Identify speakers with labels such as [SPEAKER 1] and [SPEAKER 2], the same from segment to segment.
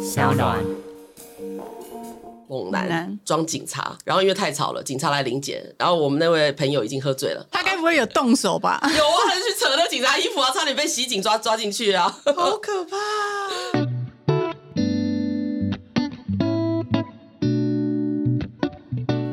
[SPEAKER 1] 小暖。
[SPEAKER 2] 猛
[SPEAKER 3] 猛
[SPEAKER 2] 男
[SPEAKER 3] 男
[SPEAKER 2] 装警察，然后因为太吵了，警察来临检，然后我们那位朋友已经喝醉了，
[SPEAKER 3] 他该不会有动手吧？
[SPEAKER 2] 有啊，他就去扯那警察衣服啊，差点被袭警抓抓进去啊。
[SPEAKER 3] 好可怕！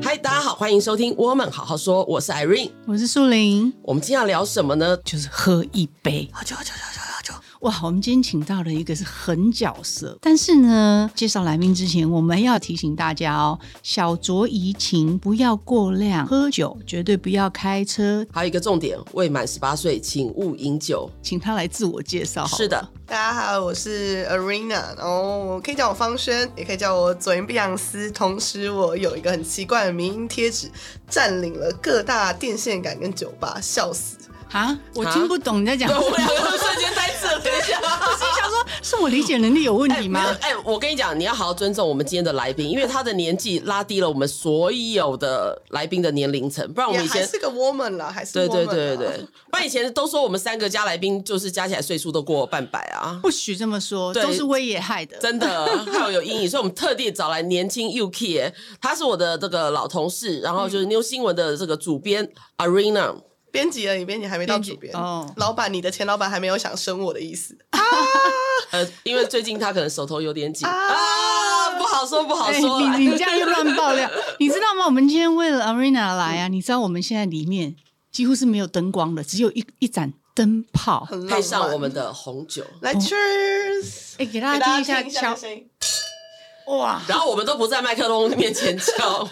[SPEAKER 2] 嗨，大家好，欢迎收听《我们好好说》，我是 Irene。
[SPEAKER 3] 我是树林，
[SPEAKER 2] 我们今天要聊什么呢？
[SPEAKER 3] 就是喝一杯，好酒，好酒，好酒，好酒。哇，我们今天请到了一个是狠角色，但是呢，介绍来宾之前，我们要提醒大家哦，小酌怡情，不要过量，喝酒绝对不要开车，
[SPEAKER 2] 还有一个重点，未满十八岁请勿饮酒。
[SPEAKER 3] 请他来自我介绍好。
[SPEAKER 2] 是，的，
[SPEAKER 4] 大家好，我是 Arena，然后可以叫我方轩，也可以叫我左音碧昂斯。同时，我有一个很奇怪的名音贴纸，占领了各大电线杆跟酒吧，笑死！
[SPEAKER 3] 啊， 我
[SPEAKER 2] 啊
[SPEAKER 3] 听不懂你在讲
[SPEAKER 2] 对
[SPEAKER 3] 什
[SPEAKER 2] 我们
[SPEAKER 3] 么。
[SPEAKER 2] 两个瞬间呆滞了一下。
[SPEAKER 3] 我心想说，是我理解能力有问题吗
[SPEAKER 2] 没有？哎、我跟你讲，你要好好尊重我们今天的来宾，因为他的年纪拉低了我们所有的来宾的年龄层，哦不然我
[SPEAKER 4] 也
[SPEAKER 2] 们以
[SPEAKER 4] 还
[SPEAKER 2] 前
[SPEAKER 4] 是啊个 woman 啦，还是
[SPEAKER 2] 对
[SPEAKER 4] woman
[SPEAKER 2] 对
[SPEAKER 4] 啦
[SPEAKER 2] 对对对，不然以前都说我们三个加来宾就是加起来岁数都过半百啊，
[SPEAKER 3] 不许这么说，
[SPEAKER 2] 对
[SPEAKER 3] 都是威爷害的。
[SPEAKER 2] 真 的还有有阴影，所以我们特地找来年轻 UK，耶他是我的这个老同事，然后
[SPEAKER 4] 嗯
[SPEAKER 2] 就是 New 新闻的这个主编 Arena，
[SPEAKER 4] 编辑而已，编辑还没到主
[SPEAKER 3] 编
[SPEAKER 4] 编
[SPEAKER 3] 辑哦
[SPEAKER 4] 老板，你的前老板还没有想升我的意思
[SPEAKER 2] 呃，因为最近他可能手头有点 紧啊，
[SPEAKER 4] 啊
[SPEAKER 2] 不好说不好
[SPEAKER 3] 哎，
[SPEAKER 2] 说啦，
[SPEAKER 3] 你你这样又乱爆料，你知道吗？我们今天为了 Arena 来啊，你知道我们现在里面几乎是没有灯光的，只有一一盏灯泡。
[SPEAKER 4] 很浪漫
[SPEAKER 2] 配上我们哦的红酒。
[SPEAKER 4] 来 Cheers，
[SPEAKER 3] 哎，给
[SPEAKER 4] 给
[SPEAKER 3] 大家听
[SPEAKER 4] 大家
[SPEAKER 3] 一下
[SPEAKER 4] 听一下
[SPEAKER 3] 敲
[SPEAKER 4] 这，声音
[SPEAKER 3] 哇！
[SPEAKER 2] 然后我们都不在麦克风面前叫，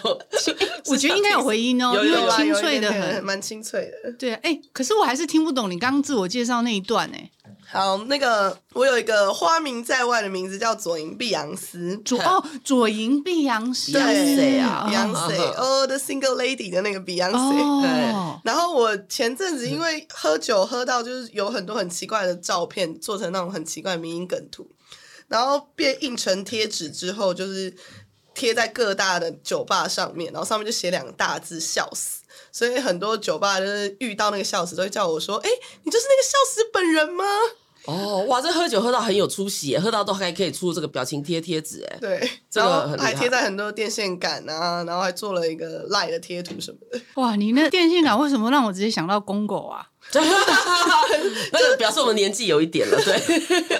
[SPEAKER 3] 我觉得应该有回音哦，
[SPEAKER 2] 有
[SPEAKER 3] 因
[SPEAKER 2] 有
[SPEAKER 3] 为
[SPEAKER 2] 啊
[SPEAKER 3] 清脆的
[SPEAKER 4] 有一点点
[SPEAKER 3] 很。
[SPEAKER 4] 蛮清脆的。
[SPEAKER 3] 对啊，哎，可是我还是听不懂你刚刚自我介绍那一段哎。
[SPEAKER 4] 好，那个我有一个花名在外的名字叫左银碧昂斯，
[SPEAKER 3] 左哦，左营碧昂斯，
[SPEAKER 2] Beyonce 啊
[SPEAKER 3] 哦
[SPEAKER 4] Beyonce，哦，The Single Lady 的那个 Beyonce。
[SPEAKER 3] 哦，
[SPEAKER 4] 然后我前阵子因为喝酒喝到，就是有很多很奇怪的照片，做成那种很奇怪的迷因梗图，然后变印成贴纸之后，就是贴在各大的酒吧上面，然后上面就写两个大字“笑死”。所以很多酒吧就是遇到那个笑死，都会叫我说：“哎、你就是那个笑死本人吗
[SPEAKER 2] 哦，哇，这喝酒喝到很有出息耶，喝到都还可以出这个表情贴贴纸，？” 哎，
[SPEAKER 4] 对，
[SPEAKER 2] 这
[SPEAKER 4] 然
[SPEAKER 2] 个
[SPEAKER 4] 后
[SPEAKER 2] 很厉
[SPEAKER 4] 还贴
[SPEAKER 2] 害
[SPEAKER 4] 在很多电线杆啊，然后还做了一个赖的贴图什么的。
[SPEAKER 3] 哇，你那电线杆为什么让我直接想到公狗啊？
[SPEAKER 2] 那个表示我们年纪有一点了，对。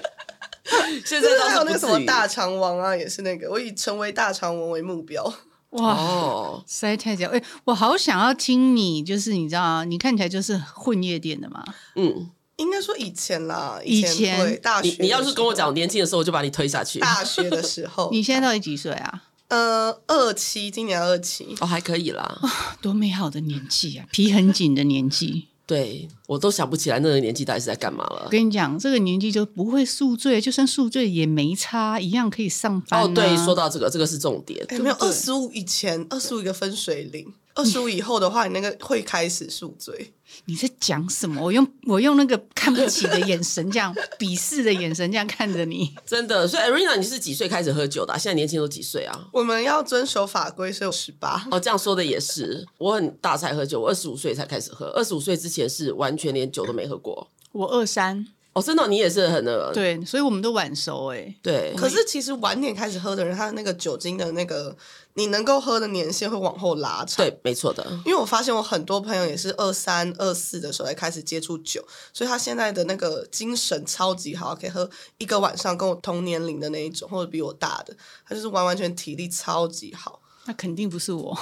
[SPEAKER 2] 现在
[SPEAKER 4] 对，还有
[SPEAKER 2] 倒是不
[SPEAKER 4] 那个什
[SPEAKER 2] 至
[SPEAKER 4] 么
[SPEAKER 2] 于。
[SPEAKER 4] 大肠王啊，也是那个，我以成为大肠王为目标。
[SPEAKER 3] 哇，
[SPEAKER 2] 哦，
[SPEAKER 3] 实在太屌！哎、我好想要听你，就是你知道啊，你看起来就是混夜店的嘛。
[SPEAKER 2] 嗯，
[SPEAKER 4] 应该说以前啦，
[SPEAKER 3] 以
[SPEAKER 4] 前
[SPEAKER 3] 前，
[SPEAKER 4] 会大学
[SPEAKER 2] 你
[SPEAKER 4] 的
[SPEAKER 2] 你要
[SPEAKER 4] 时
[SPEAKER 2] 是
[SPEAKER 4] 候
[SPEAKER 2] 跟我讲，年轻的时候，我就把你推下去。
[SPEAKER 4] 大学的时 候
[SPEAKER 3] 你现在到底几岁啊？
[SPEAKER 4] 呃二期，今年二期，
[SPEAKER 2] 哦，还可以啦。
[SPEAKER 3] 多美好的年纪啊，皮很紧的年纪。
[SPEAKER 2] 对我都想不起来那个年纪到底是在干嘛
[SPEAKER 3] 我
[SPEAKER 2] 了。
[SPEAKER 3] 跟你讲，这个年纪就不会宿醉，就算宿醉也没差，一样可以上班、啊。
[SPEAKER 2] 哦，对，说到这个，这个是重点。
[SPEAKER 4] 哎，没有
[SPEAKER 3] 对
[SPEAKER 4] 二十五以前，二十五一个分水岭，二十五以后的话，你那个会开始宿醉。
[SPEAKER 3] 你在讲什么？我用我用那个看不起的眼神，这样鄙视的眼神，这样看着你。
[SPEAKER 2] 真的，所以 Arena，你是几岁开始喝酒的啊、现在年轻都几岁啊？
[SPEAKER 4] 我们要遵守法规，所以我十八。
[SPEAKER 2] 哦，这样说的也是，我很大才喝酒，我二十五岁才开始喝，二十五岁之前是完全连酒都没喝过。
[SPEAKER 3] 我二三，
[SPEAKER 2] 哦，真的哦、你也是很那个，
[SPEAKER 3] 对，所以我们都晚熟哎、
[SPEAKER 2] 对，
[SPEAKER 4] 可是其实晚点开始喝的人，他的那个酒精的那个你能够喝的年限会往后拉长。
[SPEAKER 2] 对，没错的。
[SPEAKER 4] 因为我发现我很多朋友也是二三、二四的时候才开始接触酒，所以他现在的那个精神超级好，可以喝一个晚上跟我同年龄的那一种，或者比我大的，他就是完完全体力超级好。
[SPEAKER 3] 那肯定不是 我。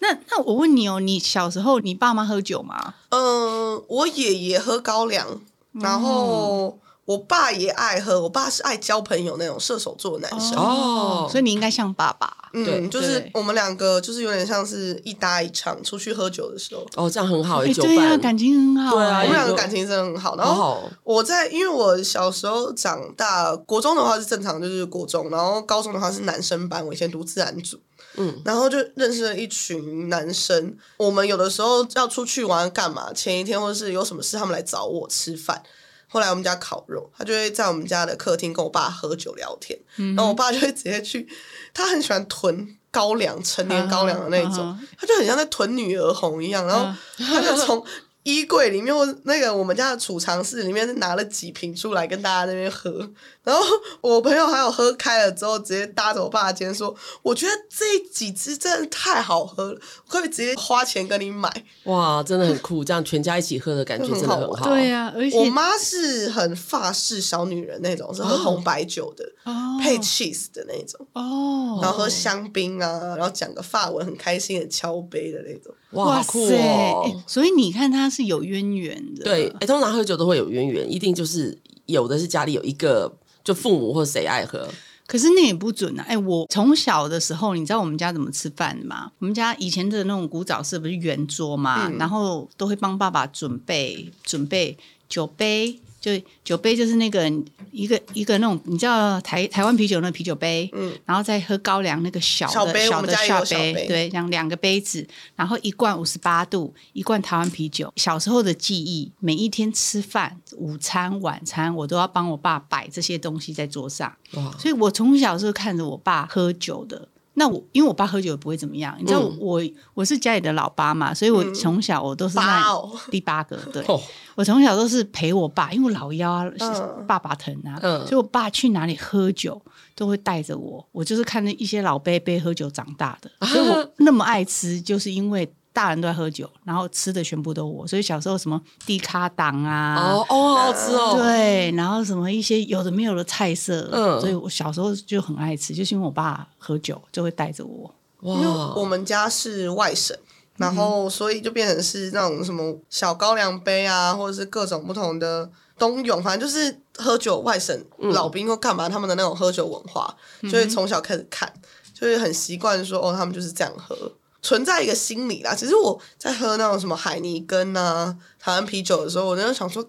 [SPEAKER 3] 那那我问你哦，你小时候你爸妈喝酒吗？
[SPEAKER 4] 嗯，我爷爷喝高粱，然
[SPEAKER 2] 嗯
[SPEAKER 4] 后我爸也爱喝，我爸是爱交朋友那种射手座的男生。
[SPEAKER 2] 哦
[SPEAKER 3] 所以你应该像爸爸。
[SPEAKER 2] 对
[SPEAKER 4] 嗯，就是
[SPEAKER 3] 对
[SPEAKER 4] 我们两个就是有点像是一搭一唱，出去喝酒的时候，
[SPEAKER 2] 哦，这样很好诶，酒
[SPEAKER 3] 哎对呀、
[SPEAKER 2] 伴，
[SPEAKER 3] 感情很好、
[SPEAKER 2] 对啊
[SPEAKER 4] 我
[SPEAKER 3] 哎
[SPEAKER 4] 们两
[SPEAKER 2] 有
[SPEAKER 4] 个感情真的很好。然
[SPEAKER 2] 好
[SPEAKER 4] 后
[SPEAKER 2] 好。
[SPEAKER 4] 我在因为我小时候长大，国中的话是正常，就是国中，然后高中的话是男生班，我以前读自然组，
[SPEAKER 2] 嗯，
[SPEAKER 4] 然后就认识了一群男生。我们有的时候要出去玩干嘛，前一天或者是有什么事，他们来找我吃饭。后来我们家烤肉，他就会在我们家的客厅跟我爸喝酒聊天，然后我爸就会直接去，他很喜欢囤高粱，成年高粱的那种，
[SPEAKER 3] 啊啊啊嗯
[SPEAKER 4] 他就很像在囤女儿红一样，然后他就从衣柜里面或是那个我们家的储藏室里面是拿了几瓶出来跟大家那边喝，然后我朋友还有喝开了之后直接搭着我爸的肩说，我觉得这几支真的太好喝了，我可以直接花钱跟你买。
[SPEAKER 2] 哇，真的很酷，这样全家一起喝的感觉真的很好。
[SPEAKER 3] 啊对呀、而且
[SPEAKER 4] 我妈是很法式小女人那种，是喝红白酒的，
[SPEAKER 3] 哦
[SPEAKER 4] 配 cheese 的那种，
[SPEAKER 3] 哦，
[SPEAKER 4] 然后喝香槟啊，然后讲个法文，很开心的敲杯的那种。
[SPEAKER 2] 哇，好酷哦！
[SPEAKER 3] 欸所以你看他是有渊源的，
[SPEAKER 2] 对，哎、通常喝酒都会有渊源，一定就是有的是家里有一个，就父母或谁爱喝，
[SPEAKER 3] 可是那也不准啊！哎、我从小的时候，你知道我们家怎么吃饭的吗？我们家以前的那种古早式不是圆桌嘛，
[SPEAKER 4] 嗯
[SPEAKER 3] 然后都会帮爸爸准备准备酒杯，就酒杯就是那个一个一个那种，你知道台台湾啤酒那个啤酒杯，嗯，然后再喝高粱那个小的
[SPEAKER 4] 小杯我们
[SPEAKER 3] 的
[SPEAKER 4] 家也
[SPEAKER 3] 下
[SPEAKER 4] 有小杯
[SPEAKER 3] 对，两两个杯子，然后一罐五十八度，一罐台湾啤酒。小时候的记忆，每一天吃饭、午餐、晚餐，我都要帮我爸摆这些东西在桌上。
[SPEAKER 2] 哇，
[SPEAKER 3] 所以我从小是看着我爸喝酒的。那我因为我爸喝酒也不会怎么样，你知道我、
[SPEAKER 2] 嗯
[SPEAKER 3] 我我是家里的老八嘛，所以我从小我都是在
[SPEAKER 4] 八哦
[SPEAKER 3] 第八个，对，
[SPEAKER 2] 哦，
[SPEAKER 3] 我从小都是陪我爸，因为我老幺啊，
[SPEAKER 4] 嗯
[SPEAKER 3] 爸爸疼啊，
[SPEAKER 2] 嗯
[SPEAKER 3] 所以我爸去哪里喝酒都会带着我。我就是看那一些老伯伯喝酒长大的， 所以我那么爱吃，就是因为大人都在喝酒，然后吃的全部都我。所以小时候什么低卡档啊，
[SPEAKER 2] 哦，哦，好吃哦，，
[SPEAKER 3] 对，然后什么一些有的没有的菜色，
[SPEAKER 2] 嗯
[SPEAKER 3] 所以我小时候就很爱吃，就是因为我爸喝酒就会带着我。
[SPEAKER 2] 哇，
[SPEAKER 4] 因为我们家是外省，然后所以就变成是那种什么小高粱杯啊，或者是各种不同的冬泳，反正就是喝酒外省老兵或干嘛他们的那种喝酒文化，就会从小开始看，就会很习惯说哦，他们就是这样喝。存在一个心理啦，其实我在喝那种什么海尼根啊、台湾啤酒的时候，我就想说，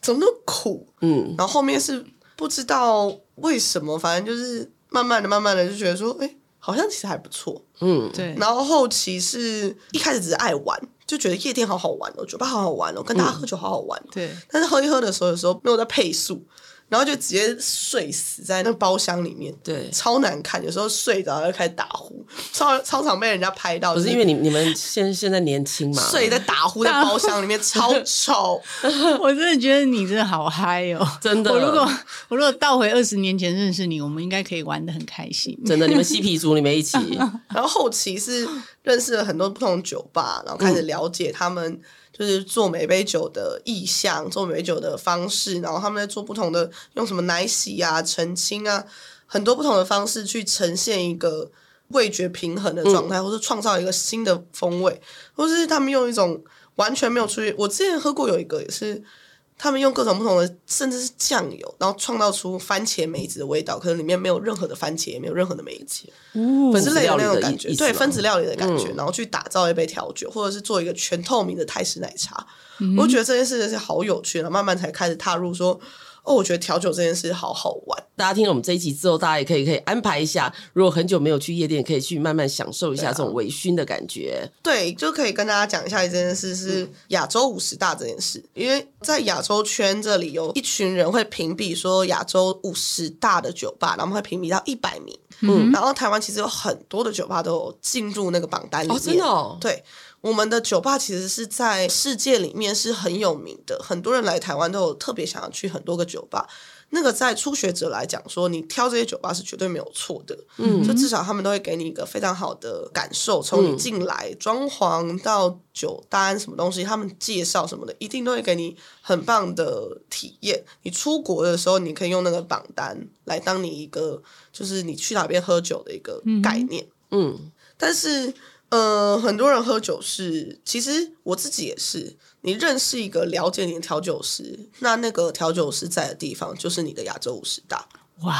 [SPEAKER 4] 怎么那么苦？
[SPEAKER 2] 嗯，
[SPEAKER 4] 然后后面是不知道为什么，反正就是慢慢的、慢慢的就觉得说，哎、好像其实还不错。
[SPEAKER 2] 嗯，
[SPEAKER 3] 对，
[SPEAKER 4] 然后后期是一开始只是爱玩，就觉得夜店好好玩哦，酒吧好好玩哦，跟
[SPEAKER 2] 嗯
[SPEAKER 4] 大家喝酒好好玩、
[SPEAKER 3] 对，
[SPEAKER 4] 但是喝一喝的时候，有时候没有在配速，然后就直接睡死在那包厢里面，
[SPEAKER 2] 对
[SPEAKER 4] 超难看。有时候睡着就开始打呼，超超常被人家拍到，
[SPEAKER 2] 不是因为你你们现现在年轻嘛，
[SPEAKER 4] 睡在打呼在包厢 里面，超丑。
[SPEAKER 3] 我真的觉得你真的好嗨哦！
[SPEAKER 2] 真的
[SPEAKER 3] 我如果我如果倒回二十年前认识你，我们应该可以玩的很开心。
[SPEAKER 2] 真的，你们嬉皮族，你们一起，
[SPEAKER 4] 然后后期是认识了很多不同的酒吧，然后开始了解他们就是做每杯酒的意向、做每杯酒的方式，然后他们在做不同的用什么奶洗啊、澄清啊，很多不同的方式去呈现一个味觉平衡的状态，或是创造一个新的风味，或是他们用一种完全没有出现。我之前喝过有一个也是。他们用各种不同的，甚至是酱油，然后创造出番茄梅子的味道，可是里面没有任何的番茄，也没有任何的梅子。
[SPEAKER 2] 分
[SPEAKER 4] 分
[SPEAKER 2] 子
[SPEAKER 4] 子类
[SPEAKER 2] 料
[SPEAKER 4] 的
[SPEAKER 2] 理
[SPEAKER 4] 那种
[SPEAKER 2] 的
[SPEAKER 4] 感
[SPEAKER 2] 意
[SPEAKER 4] 觉，
[SPEAKER 2] 意思哦啊嗯
[SPEAKER 4] 对
[SPEAKER 2] 吗
[SPEAKER 4] 分子料理的感觉，然后去打造一杯调酒，或者是做一个全透明的泰式奶茶。
[SPEAKER 2] 嗯
[SPEAKER 4] 我觉得这件事情是好有趣，然后慢慢才开始踏入说，哦，我觉得调酒这件事好好玩。
[SPEAKER 2] 大家听了我们这一集之后，大家也可以可以安排一下，如果很久没有去夜店，可以去慢慢享受一下这种微醺的感觉。
[SPEAKER 4] 对，就可以跟大家讲一下这件事
[SPEAKER 2] 嗯
[SPEAKER 4] 是亚洲五十大这件事，因为在亚洲圈这里有一群人会评比说亚洲五十大的酒吧，然后我们会评比到一百名。嗯，然后台湾其实有很多的酒吧都有进入那个榜单里面。
[SPEAKER 2] 哦，真的哦，
[SPEAKER 4] 对，我们的酒吧其实是在世界里面是很有名的，很多人来台湾都有特别想要去很多个酒吧。那个在初学者来讲说，你挑这些酒吧是绝对没有错的，嗯，就至少他们都会给你一个非常好的感受，从你进来、装潢到酒单什么东西，他们介绍什么的，一定都会给你很棒的体验。你出国的时候，你可以用那个榜单来当你一个就是你去哪边喝酒的一个概念。
[SPEAKER 2] 嗯，
[SPEAKER 4] 但是，呃，很多人喝酒是，其实我自己也是。你认识一个了解你的调酒师，那那个调酒师在的地方就是你的亚洲五十大。
[SPEAKER 3] 哇，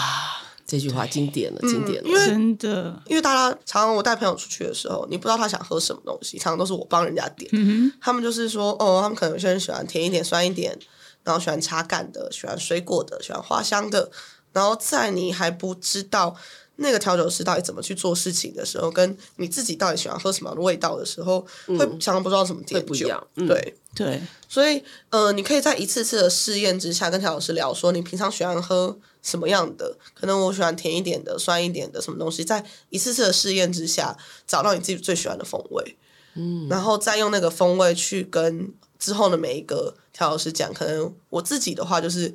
[SPEAKER 2] 这句话经典了，经典了，
[SPEAKER 4] 因为
[SPEAKER 3] 真的，
[SPEAKER 4] 因为大家常常我带朋友出去的时候，你不知道他想喝什么东西，常常都是我帮人家点。
[SPEAKER 3] 嗯
[SPEAKER 4] 他们就是说，哦，他们可能有些人喜欢甜一点、酸一点，然后喜欢茶感的，喜欢水果的，喜欢花香的。然后在你还不知道那个调酒师到底怎么去做事情的时候，跟你自己到底喜欢喝什么样的味道的时候，会常常不知道怎么点
[SPEAKER 2] 嗯会
[SPEAKER 4] 酒。
[SPEAKER 2] 不一样嗯
[SPEAKER 4] 对，
[SPEAKER 3] 哼，对，
[SPEAKER 4] 所以呃，你可以在一次次的试验之下，跟调酒师聊说，你平常喜欢喝什么样的？可能我喜欢甜一点的、酸一点的，什么东西，在一次次的试验之下，找到你自己最喜欢的风味，嗯，然后再用那个风味去跟之后的每一个调酒师讲，可能我自己的话就是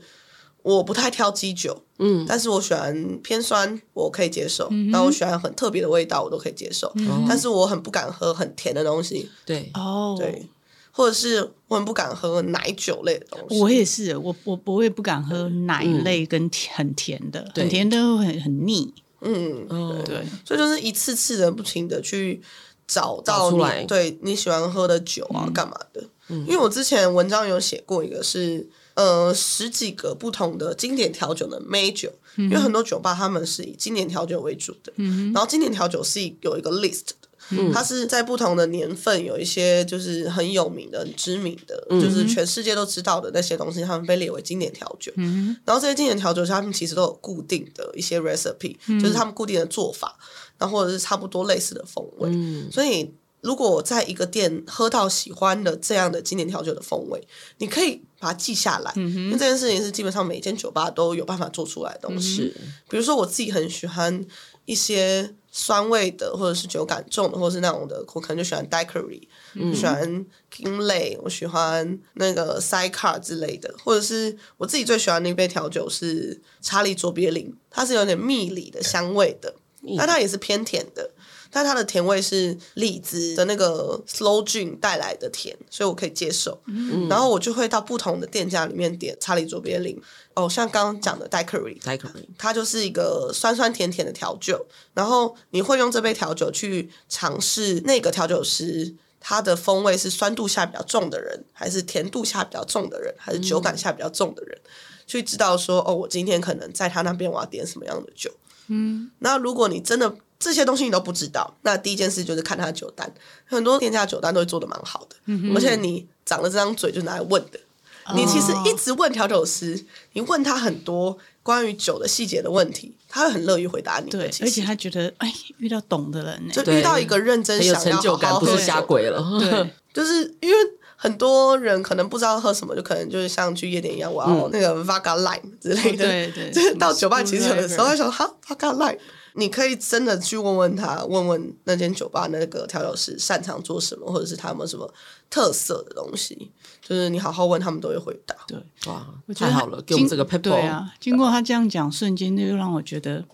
[SPEAKER 4] 我不太挑基酒，
[SPEAKER 2] 嗯，
[SPEAKER 4] 但是我喜欢偏酸，我可以接受；然后我喜欢很特别的味道，我都可以接受。
[SPEAKER 3] 嗯
[SPEAKER 4] 但是我很不敢喝很甜的东西，
[SPEAKER 2] 对，
[SPEAKER 3] 哦，
[SPEAKER 4] 对，或者是我很不敢喝奶酒类的东西。
[SPEAKER 3] 我也是，我我我也不敢喝奶类跟甜很甜的，
[SPEAKER 2] 对
[SPEAKER 3] 很甜的会很很腻。
[SPEAKER 4] 嗯，
[SPEAKER 2] 哦，
[SPEAKER 3] 对，
[SPEAKER 4] 所以就是一次次的不停的去找到
[SPEAKER 2] 找出
[SPEAKER 4] 你
[SPEAKER 2] 来
[SPEAKER 4] 对你喜欢喝的酒啊，干嘛的？因为我之前文章有写过一个是。呃，十几个不同的经典调酒的美酒，因为很多酒吧他们是以经典调酒为主的，然后经典调酒是有一个 list 的，它是在不同的年份有一些就是很有名的、很知名的，就是全世界都知道的那些东西，他们被列为经典调酒。然后这些经典调酒，他们其实都有固定的一些 recipe，、就是他们固定的做法，然后或者是差不多类似的风味。
[SPEAKER 2] 嗯，
[SPEAKER 4] 所以，如果我在一个店喝到喜欢的这样的经典调酒的风味，你可以把它记下来，因为这件事情是基本上每间酒吧都有办法做出来的东西。
[SPEAKER 2] 是，
[SPEAKER 4] 比如说我自己很喜欢一些酸味的，或者是酒感重的，或者是那种的，我可能就喜欢 daiquiri，、我喜欢 kingley，我喜欢那个 sidecar 之类的，或者是我自己最喜欢的一杯调酒是查理卓别林，它是有点蜜里的香味的，但它也是偏甜的。但它的甜味是荔枝的那个 slow gin 带来的甜，所以我可以接受。然后我就会到不同的店家里面点查理卓别林，哦，像刚刚讲的 daiquiri，
[SPEAKER 2] d i c o r
[SPEAKER 4] 它就是一个酸酸甜甜的调酒，然后你会用这杯调酒去尝试那个调酒师他的风味是酸度下比较重的人，还是甜度下比较重的人，还是酒感下比较重的人，去知道说哦，我今天可能在他那边我要点什么样的酒。嗯，那如果你真的这些东西你都不知道，那第一件事就是看他的酒单，很多店家的酒单都会做的蛮好的，而且你长了这张嘴就拿来问的。你其实一直问调酒师，你问他很多关于酒的细节的问题，他会很乐于回答你的。
[SPEAKER 3] 对，
[SPEAKER 4] 其实
[SPEAKER 3] 而且他觉得哎，遇到懂的人呢、
[SPEAKER 4] 就
[SPEAKER 2] 对
[SPEAKER 4] 遇到一个认真
[SPEAKER 2] 很有
[SPEAKER 4] 想要
[SPEAKER 2] 成就感，
[SPEAKER 4] 好好
[SPEAKER 2] 不
[SPEAKER 4] 喝
[SPEAKER 2] 是
[SPEAKER 4] 酒
[SPEAKER 2] 瞎鬼了，
[SPEAKER 3] 对，
[SPEAKER 4] 就是因为很多人可能不知道喝什么，就可能就是像去夜店一样，我
[SPEAKER 2] 嗯
[SPEAKER 4] 要那个 Vaga Lime 之类的。
[SPEAKER 3] 哦对对
[SPEAKER 4] 就是
[SPEAKER 3] 什么
[SPEAKER 4] 到酒吧其实有的时候
[SPEAKER 3] screwdriver
[SPEAKER 4] 会想，哈，Vaga Lime，你可以真的去问问他，问问那间酒吧那个调酒师擅长做什么，或者是他们什么特色的东西，就是你好好问，他们都会回答。
[SPEAKER 3] 对，
[SPEAKER 2] 哇
[SPEAKER 3] 我，觉
[SPEAKER 2] 太
[SPEAKER 3] 得他
[SPEAKER 2] 好了，给我们
[SPEAKER 3] 经
[SPEAKER 2] 这个 paper，
[SPEAKER 3] 对啊，经过他这样讲，瞬间就让我觉得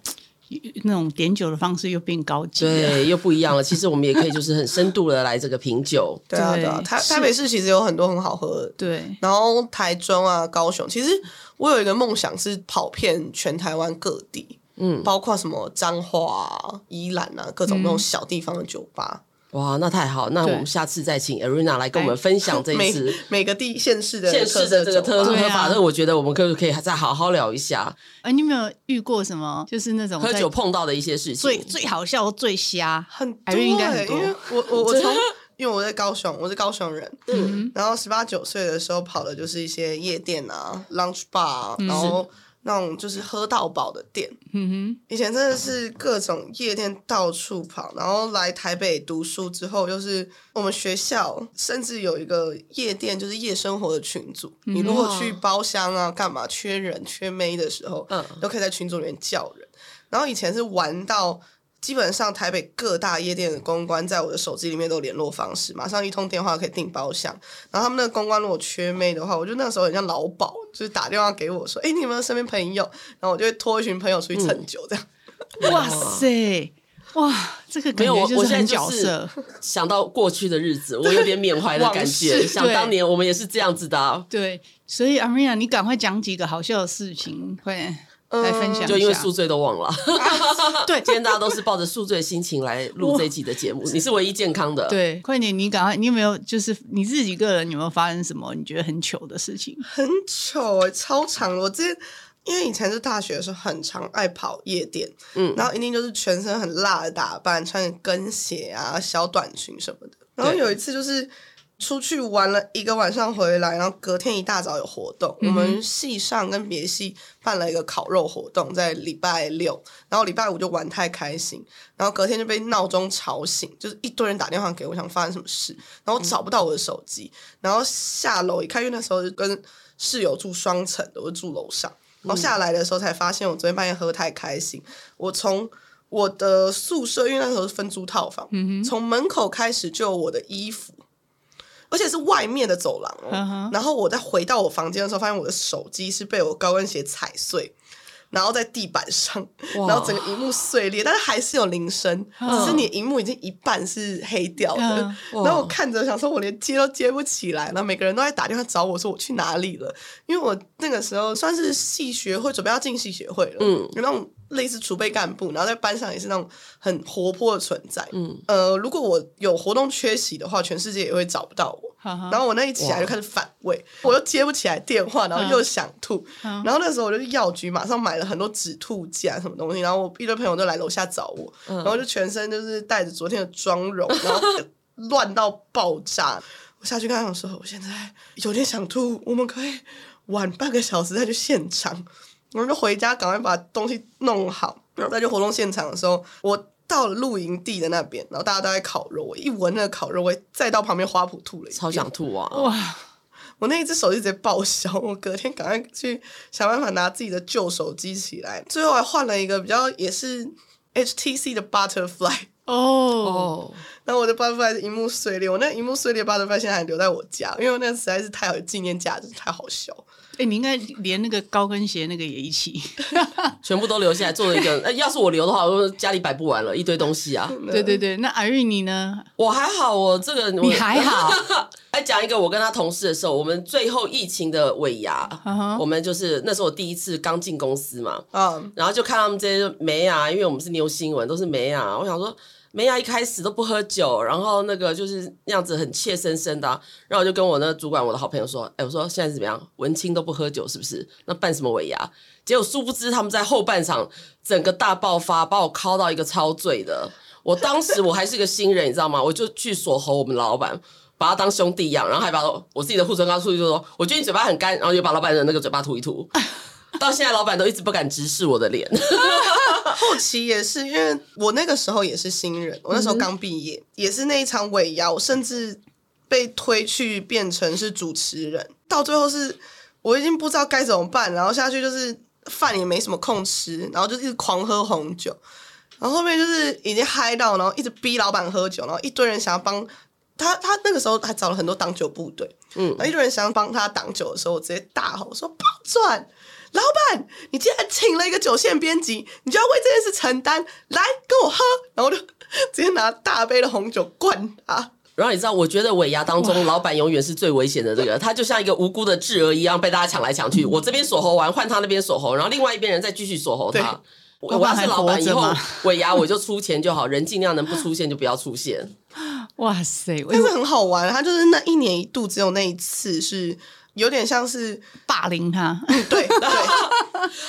[SPEAKER 3] 那种点酒的方式又变高级了。
[SPEAKER 2] 对，又不一样了。其实我们也可以就是很深度的来这个品酒，
[SPEAKER 4] 对啊，
[SPEAKER 3] 对
[SPEAKER 4] 对啊，台
[SPEAKER 3] 是
[SPEAKER 4] 台北市其实有很多很好喝的，
[SPEAKER 3] 对
[SPEAKER 4] 然后台中啊、高雄，其实我有一个梦想是跑遍全台湾各地，
[SPEAKER 2] 嗯，
[SPEAKER 4] 包括什么彰化、啊、宜兰啊，各种那种小地方的酒吧，
[SPEAKER 2] 哇，那太好，那我
[SPEAKER 3] 对
[SPEAKER 2] 们下次再请 Arena 来跟我们分享这一
[SPEAKER 4] 每
[SPEAKER 2] 次。
[SPEAKER 4] 每个地县市的
[SPEAKER 2] 现实的这个特
[SPEAKER 4] 色
[SPEAKER 2] 殊
[SPEAKER 4] 酒吧
[SPEAKER 3] 对
[SPEAKER 2] 喝
[SPEAKER 3] 啊
[SPEAKER 2] 法，那我觉得我们可不可以再好好聊一下
[SPEAKER 3] 哎、你有没有遇过什么？就是那种
[SPEAKER 2] 喝
[SPEAKER 3] 在
[SPEAKER 2] 酒碰到的一些事情？
[SPEAKER 3] 最最好笑、最瞎，
[SPEAKER 4] 很多、
[SPEAKER 3] 艾瑞应该很
[SPEAKER 4] 欸，
[SPEAKER 3] 多
[SPEAKER 4] 因为我我我从。因为我在高雄，我是高雄人，嗯，然后十八九岁的时候跑的就是一些夜店啊、lunch bar，、啊，然后那种就是喝到饱的店，
[SPEAKER 3] 嗯
[SPEAKER 4] 以前真的是各种夜店到处跑，然后来台北读书之后，就是我们学校甚至有一个夜店，就是夜生活的群组。你如果去包厢啊、干嘛缺人缺妹的时候，
[SPEAKER 2] 嗯
[SPEAKER 4] 都可以在群组里面叫人。然后以前是玩到基本上台北各大夜店的公关在我的手机里面都有联络方式，马上一通电话可以订包厢。然后他们那个公关如果缺妹的话，我就那时候很像老鸨，就是打电话给我说：“哎、你有没有身边朋友？”然后我就会拖一群朋友出去蹭酒这样。
[SPEAKER 3] 哼，哇塞，哇，这个
[SPEAKER 2] 没
[SPEAKER 3] 感
[SPEAKER 2] 有
[SPEAKER 3] 觉
[SPEAKER 2] 我
[SPEAKER 3] 就
[SPEAKER 2] 我现
[SPEAKER 3] 是
[SPEAKER 2] 在
[SPEAKER 3] 很
[SPEAKER 2] 就
[SPEAKER 3] 角
[SPEAKER 2] 是
[SPEAKER 3] 色，
[SPEAKER 2] 想到过去的日子，我有点缅怀的感
[SPEAKER 4] 往
[SPEAKER 2] 觉。
[SPEAKER 4] 事
[SPEAKER 2] 想当年我们也是这样子的啊、
[SPEAKER 3] 对。所以阿瑞亚，你赶快讲几个好笑的事情，快来分享一下。
[SPEAKER 2] 呃就因为宿醉都忘 了。
[SPEAKER 3] 对
[SPEAKER 2] 今天大家都是抱着宿醉的心情来录这一集的节目，你是唯一健康的。
[SPEAKER 3] 对，快点，你赶快，你有没有就是你自己个人有没有发生什么你觉得很糗的事情？
[SPEAKER 4] 很糗哎、超长的。我之前因为以前是大学的时候，很常爱跑夜店，嗯，然后一定就是全身很辣的打扮，穿跟鞋啊、小短裙什么的。然后
[SPEAKER 2] 对
[SPEAKER 4] 有一次就是出去玩了一个晚上回来，然后隔天一大早有活动，我们系上跟别系办了一个烤肉活动，在礼拜六，然后礼拜五就玩太开心，然后隔天就被闹钟吵醒，就是一堆人打电话给我，想发生什么事，然后找不到我的手机，然后下楼一看，因为那时候就跟室友住双层的，我就住楼上，然后下来的时候才发现，我昨天半夜喝太开心，我从我的
[SPEAKER 3] 嗯
[SPEAKER 4] 宿舍，因为那时候是分租套房，从门口开始就有我的衣服。而且是外面的走廊哦。
[SPEAKER 3] 嗯哼
[SPEAKER 4] 然后我在回到我房间的时候，发现我的手机是被我高跟鞋踩碎。然后在地板上，
[SPEAKER 2] 哇
[SPEAKER 4] 然后整个荧幕碎裂，但是还是有铃声，
[SPEAKER 3] 嗯
[SPEAKER 4] 只是你荧幕已经一半是黑掉的。
[SPEAKER 3] 嗯
[SPEAKER 2] 哇
[SPEAKER 4] 然后我看着想说，我连接都接不起来，然后每个人都在打电话找我说我去哪里了，因为我那个时候算是系学会准备要进系学会了，
[SPEAKER 2] 嗯
[SPEAKER 4] 有那种类似储备干部，然后在班上也是那种很活泼的存在。
[SPEAKER 2] 嗯，
[SPEAKER 4] 呃，如果我有活动缺席的话，全世界也会找不到我。
[SPEAKER 3] 然
[SPEAKER 4] 然后我那一起来就开始反胃，我又接不起来电话，然后又想吐，
[SPEAKER 3] 嗯
[SPEAKER 4] 然后那时候我就去药局，马上买了很多止吐剂啊什么东西，然后我一堆朋友都来楼下找我，
[SPEAKER 2] 嗯
[SPEAKER 4] 然后就全身就是带着昨天的妆容，然后乱到爆炸。我下去跟他讲说，我现在有点想吐，我们可以晚半个小时再去现场。我就回家赶快把东西弄好，然后再去活动现场的时候，我到了露营地的那边，然后大家都在烤肉，我一闻那个烤肉味，再到旁边花圃吐了一遍
[SPEAKER 2] 超想吐啊！
[SPEAKER 3] 哇，
[SPEAKER 4] 我那一只手机直接报销，我隔天赶快去想办法拿自己的旧手机起来，最后还换了一个比较也是 HTC 的 Butterfly。
[SPEAKER 3] 哦，
[SPEAKER 2] 哦，
[SPEAKER 4] 然后我的 Butterfly 的荧幕碎裂，我那荧幕碎裂的 Butterfly 现在还留在我家，因为那实在是太有纪念价值，太好笑。
[SPEAKER 3] 哎，你应该连那个高跟鞋那个也一 起，
[SPEAKER 2] 全部都留下来做了一 个。呃，要是我留的话，我家里摆不完了，一堆东西啊。
[SPEAKER 3] 对对对。那阿玉你呢？
[SPEAKER 2] 我还好，我这个
[SPEAKER 3] 你还 好？
[SPEAKER 2] 来讲一个我跟他同事的时候，我们最后疫情的尾牙
[SPEAKER 3] 嗯哼
[SPEAKER 2] 我们就是那时候我第一次刚进公司嘛，
[SPEAKER 4] 嗯，
[SPEAKER 2] 然后就看他们这些美啊，因为我们是牛新闻，都是美啊。我想说，美啊一开始都不喝酒，然后那个就是那样子很怯生生的啊、然后我就跟我那个主管，我的好朋友说，哎，我说现在是怎么样？文青都不喝酒是不是？那办什么尾牙？结果殊不知他们在后半场整个大爆发，把我敲到一个超醉的。我当时我还是个新人，你知道吗？我就去锁喉我们老板。把他当兄弟一样，然后还把我自己的护唇膏出去，就说：“我觉得你嘴巴很干。”然后就把老板的那个嘴巴涂一涂。到现在，老板都一直不敢直视我的脸。
[SPEAKER 4] 后期也是，因为我那个时候也是新人，我那时候刚毕业，也是那一场尾牙，我甚至被推去变成是主持人，到最后是我已经不知道该怎么办，然后下去就是饭也没什么空吃，然后就一直狂喝红酒，然后后面就是已经嗨到，然后一直逼老板喝酒，然后一堆人想要帮。他他那个时候还找了很多挡酒部队，
[SPEAKER 2] 嗯
[SPEAKER 4] 嗯，然后一堆人想要帮他挡酒的时候，我直接大吼说：“不准！老板，你既然请了一个酒线编辑，你就要为这件事承担，来跟我喝。”然后我就直接拿大杯的红酒灌他。
[SPEAKER 2] 然后你知道，我觉得尾牙当中，老板永远是最危险的。这个他就像一个无辜的稚儿一样，被大家抢来抢去。
[SPEAKER 3] 嗯
[SPEAKER 2] 我这边锁喉完，换他那边锁喉，然后另外一边人再继续锁喉
[SPEAKER 4] 对
[SPEAKER 2] 他。我
[SPEAKER 3] 老
[SPEAKER 2] 我要
[SPEAKER 3] 板
[SPEAKER 2] 是老板
[SPEAKER 3] 还活
[SPEAKER 2] 以
[SPEAKER 3] 着
[SPEAKER 2] 后
[SPEAKER 3] 吗
[SPEAKER 2] 尾牙我就出钱就好，人尽量能不出现就不要出现。
[SPEAKER 3] 哇塞，我
[SPEAKER 4] 但是很好玩，他就是那一年一度只有那一次是有点像是
[SPEAKER 3] 霸凌他，
[SPEAKER 4] 对对，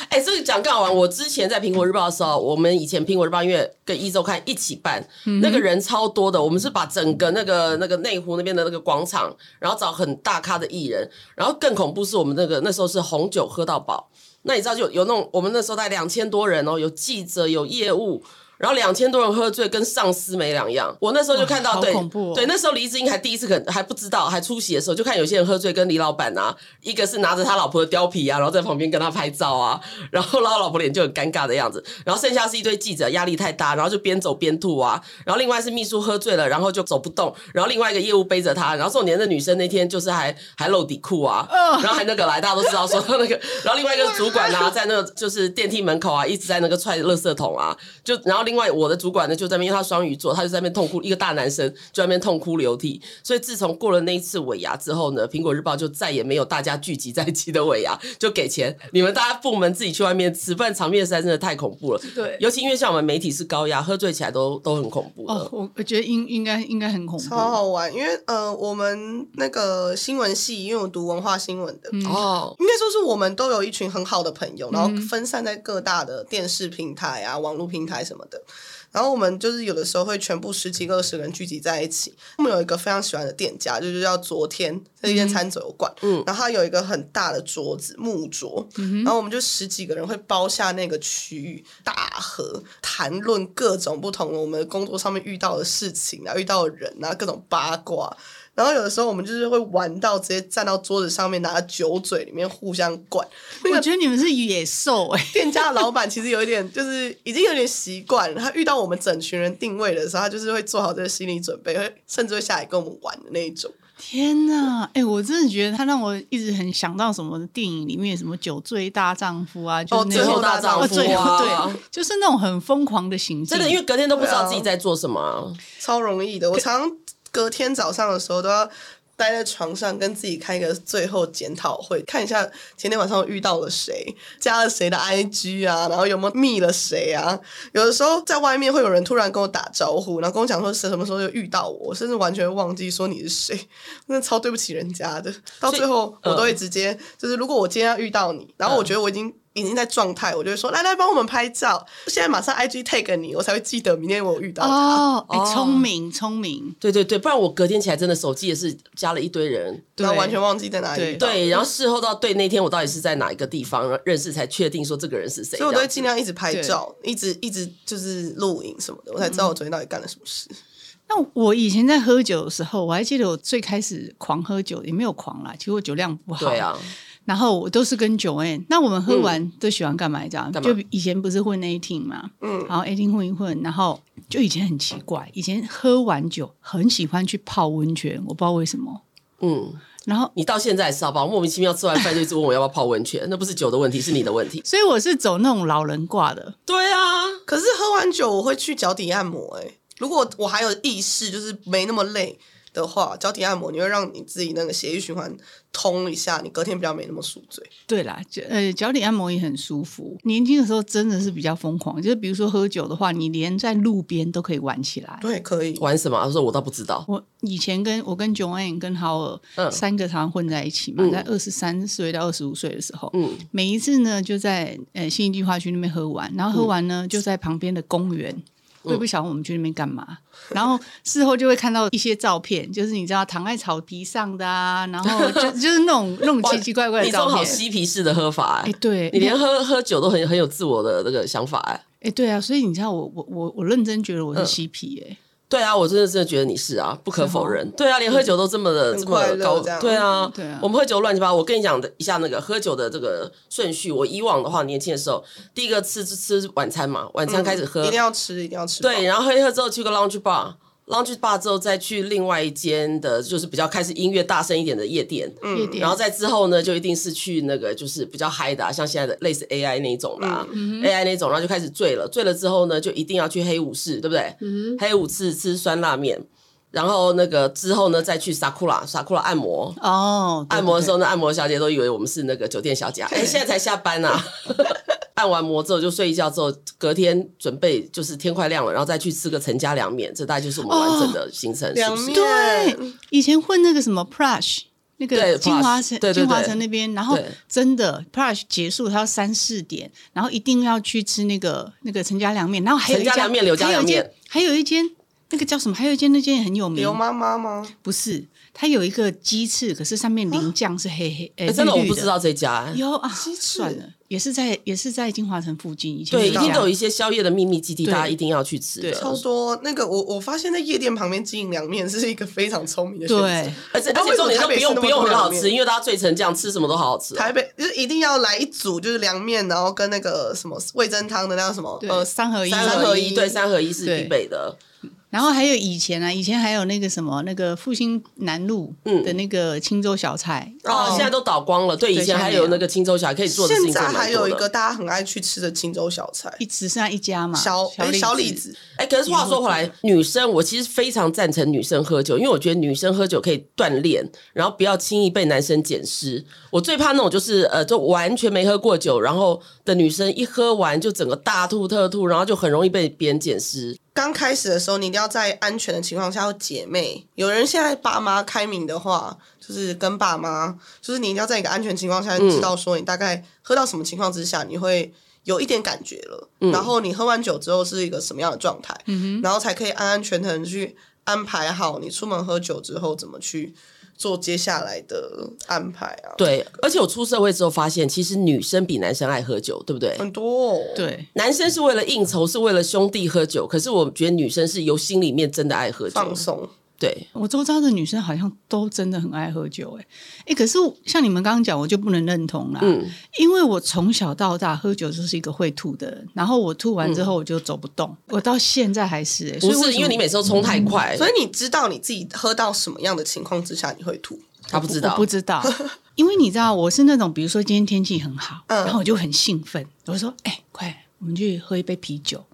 [SPEAKER 2] 哎、这个讲干完，我之前在苹果日报的时候，我们以前苹果日报因为跟一周刊一起办，
[SPEAKER 3] 嗯
[SPEAKER 2] 那个人超多的，我们是把整个那个那个内湖那边的那个广场，然后找很大咖的艺人，然后更恐怖是我们那个那时候是红酒喝到饱，那你知道就有那种我们那时候大概两千多人哦，有记者有业务。然后两千多人喝醉，跟丧尸没两样。我那时候就看到，
[SPEAKER 3] 好
[SPEAKER 2] 对
[SPEAKER 3] 恐怖哦
[SPEAKER 2] 对，那时候黎智英还第一次可能还不知道，还出席的时候，就看有些人喝醉跟李老板啊，一个是拿着他老婆的貂皮啊，然后在旁边跟他拍照啊，然后他老婆脸就很尴尬的样子，然后剩下是一堆记者压力太大，然后就边走边吐啊，然后另外是秘书喝醉了，然后就走不动，然后另外一个业务背着他，然后重点那女生那天就是还还露底裤啊，然后还那个来大家都知道说那个，然后另外一个主管啊在那个就是电梯门口啊一直在那个踹垃圾桶啊，就然后另外我的主管呢就在那边，因为他双鱼座，他就在那边痛哭，一个大男生就在那边痛哭流涕。所以自从过了那一次尾牙之后呢，苹果日报就再也没有大家聚集在一起的尾牙，就给钱，你们大家部门自己去外面吃，不然场面实在真的太恐怖了。
[SPEAKER 3] 对
[SPEAKER 2] 尤其因为像我们媒体是高压，喝醉起来都都很恐怖的。
[SPEAKER 3] 哦，我我觉得应应该应该很恐怖，
[SPEAKER 4] 超好玩。因为呃，我们那个新闻系，因为我读文化新闻的，
[SPEAKER 2] 哦，
[SPEAKER 4] 应该说是我们都有一群很好的朋友，然后分散在各大的电视平台啊、网络平台什么的。然后我们就是有的时候会全部十几个、二十个人聚集在一起。我们有一个非常喜欢的店家，就是叫昨天是一间餐酒馆，
[SPEAKER 2] 嗯
[SPEAKER 4] 然后它有一个很大的桌子木桌，然后我们就十几个人会包下那个区域，大合谈论各种不同的我们工作上面遇到的事情啊、遇到的人啊、各种八卦。然后有的时候我们就是会玩到直接站到桌子上面，拿酒嘴里面互相灌。那
[SPEAKER 3] 我
[SPEAKER 4] 个
[SPEAKER 3] 觉得你们是野兽哎、
[SPEAKER 4] 店家的老板其实有一点，就是已经有点习惯了。他遇到我们整群人定位的时候，他就是会做好这个心理准备，会甚至会下来跟我们玩的那一种。
[SPEAKER 3] 天哪！哎、我真的觉得他让我一直很想到什么电影里面什么《酒醉大丈夫》啊，就是
[SPEAKER 4] 哦
[SPEAKER 3] 那
[SPEAKER 4] 最
[SPEAKER 3] 种
[SPEAKER 4] 后大丈夫啊
[SPEAKER 3] 哦最后对，就是那种很疯狂的行径。
[SPEAKER 2] 真的，
[SPEAKER 4] 嗯
[SPEAKER 2] 因为隔天都不知道自己在做什么啊、
[SPEAKER 4] 超容易的。我常隔天早上的时候都要待在床上，跟自己开一个最后检讨会，看一下前天晚上我遇到了谁，加了谁的 IG 啊，然后有没有密了谁啊。有的时候在外面会有人突然跟我打招呼，然后跟我讲说是什么时候就遇到我，我甚至完全忘记说你是谁，真的超对不起人家的。到最后我都会直接、就是，如果我今天要遇到你，然后我觉得我已经。已经在状态，我就会说来来帮我们拍照。现在马上 IG tag 你，我才会记得明天我遇到他。
[SPEAKER 3] 哦，哎、
[SPEAKER 2] 哦
[SPEAKER 3] 聪明聪明，
[SPEAKER 2] 对对对，不然我隔天起来真的手机也是加了一堆人。
[SPEAKER 3] 对，
[SPEAKER 4] 然后完全忘记在哪里。
[SPEAKER 3] 对
[SPEAKER 2] 对，然后事后到对那天我到底是在哪一个地方认识，才确定说这个人是谁。
[SPEAKER 4] 所以我都
[SPEAKER 2] 这
[SPEAKER 4] 会
[SPEAKER 2] 样
[SPEAKER 4] 尽量一直拍照，一直一直就是录影什么的，我才知道我昨天到底干了什么事。
[SPEAKER 3] 那我以前在喝酒的时候，我还记得我最开始狂喝酒，也没有狂啦，其实我酒量不好。
[SPEAKER 2] 对。啊，
[SPEAKER 3] 然后我都是跟九 N，那我们喝完都喜欢干嘛？你知道吗？
[SPEAKER 2] 嗯干嘛
[SPEAKER 3] 就以前不是混 A team 嘛，嗯，然后 A team 混一混，然后就以前很奇怪，以前喝完酒很喜欢去泡温泉，我不知道为什么。
[SPEAKER 2] 嗯，
[SPEAKER 3] 然后
[SPEAKER 2] 你到现在也是好不好？莫名其妙吃完饭就一直问我要不要泡温泉，那不是酒的问题，是你的问题。
[SPEAKER 3] 所以我是走那种老人挂的，
[SPEAKER 2] 对啊，
[SPEAKER 4] 可是喝完酒我会去脚底按摩、欸，如果我还有意识，就是没那么累的话，脚底按摩你会让你自己那个血液循环通一下，你隔天比较没那么宿醉。
[SPEAKER 3] 对啦，脚呃脚底按摩也很舒服。年轻的时候真的是比较疯狂，就是比如说喝酒的话，你连在路边都可以玩起来。
[SPEAKER 4] 对，可以。
[SPEAKER 2] 玩什么啊？他说我倒不知道。
[SPEAKER 3] 我以前跟我跟 Joanne 跟豪尔、
[SPEAKER 2] 嗯
[SPEAKER 3] 三个常常混在一起嘛，
[SPEAKER 2] 嗯
[SPEAKER 3] 在二十三岁到二十五岁的时候，
[SPEAKER 2] 嗯，
[SPEAKER 3] 每一次呢就在呃新一计划区那边喝完，
[SPEAKER 2] 嗯
[SPEAKER 3] 然后喝完呢、就在旁边的公园。我也不晓得我们去那边干嘛，然后事后就会看到一些照片，就是你知道躺在草皮上的啊，然后 就就是那种那种奇奇怪怪的
[SPEAKER 2] 你这种
[SPEAKER 3] 照
[SPEAKER 2] 好
[SPEAKER 3] 片。
[SPEAKER 2] 嬉皮士的喝法、
[SPEAKER 3] 哎、
[SPEAKER 2] 哎，
[SPEAKER 3] 对，
[SPEAKER 2] 你连喝喝酒都很很有自我的那个想法、哎。
[SPEAKER 3] 哎、对啊，所以你知道我我我我认真觉得我
[SPEAKER 2] 嗯
[SPEAKER 3] 是嬉皮哎、
[SPEAKER 2] 对啊，我真的真的觉得你是啊，不可否认。对啊，连喝酒都这么的、
[SPEAKER 4] 很
[SPEAKER 2] 这么
[SPEAKER 4] 快乐
[SPEAKER 2] 高
[SPEAKER 4] 这，样
[SPEAKER 2] 对啊，
[SPEAKER 3] 对啊
[SPEAKER 2] 我们喝酒乱七八糟。我跟你讲的一下那个喝酒的这个顺序，我以往的话，年轻的时候，第一个吃吃吃晚餐嘛，晚餐开始喝，
[SPEAKER 4] 一定要吃，一定要吃。
[SPEAKER 2] 对，，然后喝一喝之后去个 lounge bar。lounge bar 之后再去另外一间的，就是比较开始音乐大声一点的夜店，
[SPEAKER 3] 夜
[SPEAKER 2] 嗯
[SPEAKER 3] 店
[SPEAKER 2] 然后再之后呢，就一定是去那个就是比较嗨的、啊，像现在的类似 AI 那一种的、啊 AI 那一种，然后就开始醉了，醉了之后呢，就一定要去黑武士，对不对？黑武士吃酸辣面，然后那个之后呢，再去 sakura sakura 按摩。
[SPEAKER 3] 哦，对
[SPEAKER 2] 按摩的
[SPEAKER 3] 对
[SPEAKER 2] 时候呢，按摩小姐都以为我们是那个酒店小姐啊，哎、现在才下班 呐、啊。按完摩之后就睡一觉，之后隔天准备就是天快亮了，然后再去吃个陈家凉面，这大概就是我们完整的行程，是
[SPEAKER 4] 凉
[SPEAKER 2] 不是？
[SPEAKER 4] 哦面
[SPEAKER 3] 对，以前混那个什么 Plush。那个
[SPEAKER 2] 对
[SPEAKER 3] 金华城
[SPEAKER 2] Plush，，对对对
[SPEAKER 3] 金华城那边，然后
[SPEAKER 2] 对
[SPEAKER 3] 真的 Plush 结束，他要三四点，然后一定要去吃那个那个陈家凉面，然后还有一
[SPEAKER 2] 陈家
[SPEAKER 3] 家
[SPEAKER 2] 凉面柳家
[SPEAKER 3] 还有一
[SPEAKER 2] 凉
[SPEAKER 3] 间
[SPEAKER 2] 面，
[SPEAKER 3] 还有一间那个叫什么？还有一间那间也很有名
[SPEAKER 4] 刘，妈妈吗？
[SPEAKER 3] 不是，它有一个鸡翅，可是上面淋酱是黑黑，哎
[SPEAKER 2] 啊哎、真的我
[SPEAKER 3] 绿绿
[SPEAKER 2] 不知道这家、哎
[SPEAKER 3] 有啊，
[SPEAKER 4] 翅
[SPEAKER 3] 算了，也是在也是在金华城附近，以前
[SPEAKER 2] 对，
[SPEAKER 3] 是
[SPEAKER 2] 一
[SPEAKER 3] 这
[SPEAKER 2] 定
[SPEAKER 3] 样
[SPEAKER 2] 都有一些宵夜的秘密基地，
[SPEAKER 3] 对
[SPEAKER 2] 大家一定要去吃
[SPEAKER 3] 对
[SPEAKER 2] 的
[SPEAKER 4] 超。多那个我我发现，在夜店旁边经营凉面是一个非常聪明的选择
[SPEAKER 3] 对。
[SPEAKER 2] 而且
[SPEAKER 4] 我不知道
[SPEAKER 2] 而且重点
[SPEAKER 4] 哎为什
[SPEAKER 2] 都
[SPEAKER 4] 么台
[SPEAKER 2] 不
[SPEAKER 4] 北
[SPEAKER 2] 用不用
[SPEAKER 4] 市那么多
[SPEAKER 2] 很好
[SPEAKER 4] 凉面
[SPEAKER 2] 吃，因为大家醉成这样，吃什么都好好吃、啊
[SPEAKER 4] 台北就是一定要来一组，就是凉面，然后跟那个什么味噌汤的那叫什么
[SPEAKER 3] 对
[SPEAKER 4] 呃
[SPEAKER 3] 三合一
[SPEAKER 2] 三合一
[SPEAKER 4] 一
[SPEAKER 2] 对三合一是
[SPEAKER 3] 对
[SPEAKER 2] 必备的，
[SPEAKER 3] 然后还有以前啊，以前还有那个什么那个复兴南路
[SPEAKER 2] 嗯
[SPEAKER 3] 的那个青州小菜，
[SPEAKER 2] 哦，现在都倒光了。对，以
[SPEAKER 3] 对
[SPEAKER 2] 前
[SPEAKER 3] 现在
[SPEAKER 2] 还
[SPEAKER 3] 没
[SPEAKER 2] 有
[SPEAKER 3] 有
[SPEAKER 2] 那个青州小可以做的事
[SPEAKER 4] 现
[SPEAKER 2] 情，
[SPEAKER 4] 在还有一个大家很爱去吃的青州小菜，
[SPEAKER 3] 一只剩下一家嘛，
[SPEAKER 4] 小诶小李
[SPEAKER 3] 子。
[SPEAKER 4] 子，
[SPEAKER 2] 哎、可是话说回
[SPEAKER 3] 也
[SPEAKER 2] 来
[SPEAKER 3] 会，
[SPEAKER 2] 女生我其实非常赞成女生喝酒，因为我觉得女生喝酒可以锻炼，然后不要轻易被男生捡尸。我最怕那种就是呃，就完全没喝过酒，然后的女生一喝完就整个大吐特吐，然后就很容易被别人捡尸。
[SPEAKER 4] 刚开始的时候你一定要在安全的情况下要姐妹。有人现在爸妈开明的话，就是跟爸妈，就是你一定要在一个安全情况下
[SPEAKER 3] 嗯
[SPEAKER 4] 知道说你大概喝到什么情况之下你会。有一点感觉了，
[SPEAKER 3] 嗯
[SPEAKER 4] 然后你喝完酒之后是一个什么样的状态，然后才可以安安全全地去安排好你出门喝酒之后怎么去做接下来的安排啊。
[SPEAKER 2] 对，而且我出社会之后发现，其实女生比男生爱喝酒，对不对？
[SPEAKER 4] 很多、哦，
[SPEAKER 3] 对，
[SPEAKER 2] 男生是为了应酬，是为了兄弟喝酒，可是我觉得女生是由心里面真的爱喝酒，
[SPEAKER 4] 放松。
[SPEAKER 2] 对，
[SPEAKER 3] 我周遭的女生好像都真的很爱喝酒、欸，哎、哎，可是像你们刚刚讲，我就不能认同啦，
[SPEAKER 2] 嗯，
[SPEAKER 3] 因为我从小到大喝酒就是一个会吐的人，然后我吐完之后我就走不动，我到现在还是、欸，
[SPEAKER 2] 嗯不
[SPEAKER 3] 所
[SPEAKER 2] 是因为
[SPEAKER 3] 以什么
[SPEAKER 2] 你每次都冲太快，
[SPEAKER 4] 所以你知道你自己喝到什么样的情况之下你会吐，
[SPEAKER 2] 他不知
[SPEAKER 3] 我
[SPEAKER 2] 道
[SPEAKER 3] 不。知道，因为你知道我是那种，比如说今天天气很好，
[SPEAKER 4] 嗯
[SPEAKER 3] 然后我就很兴奋，我就说：“哎、快，我们去喝一杯啤酒。”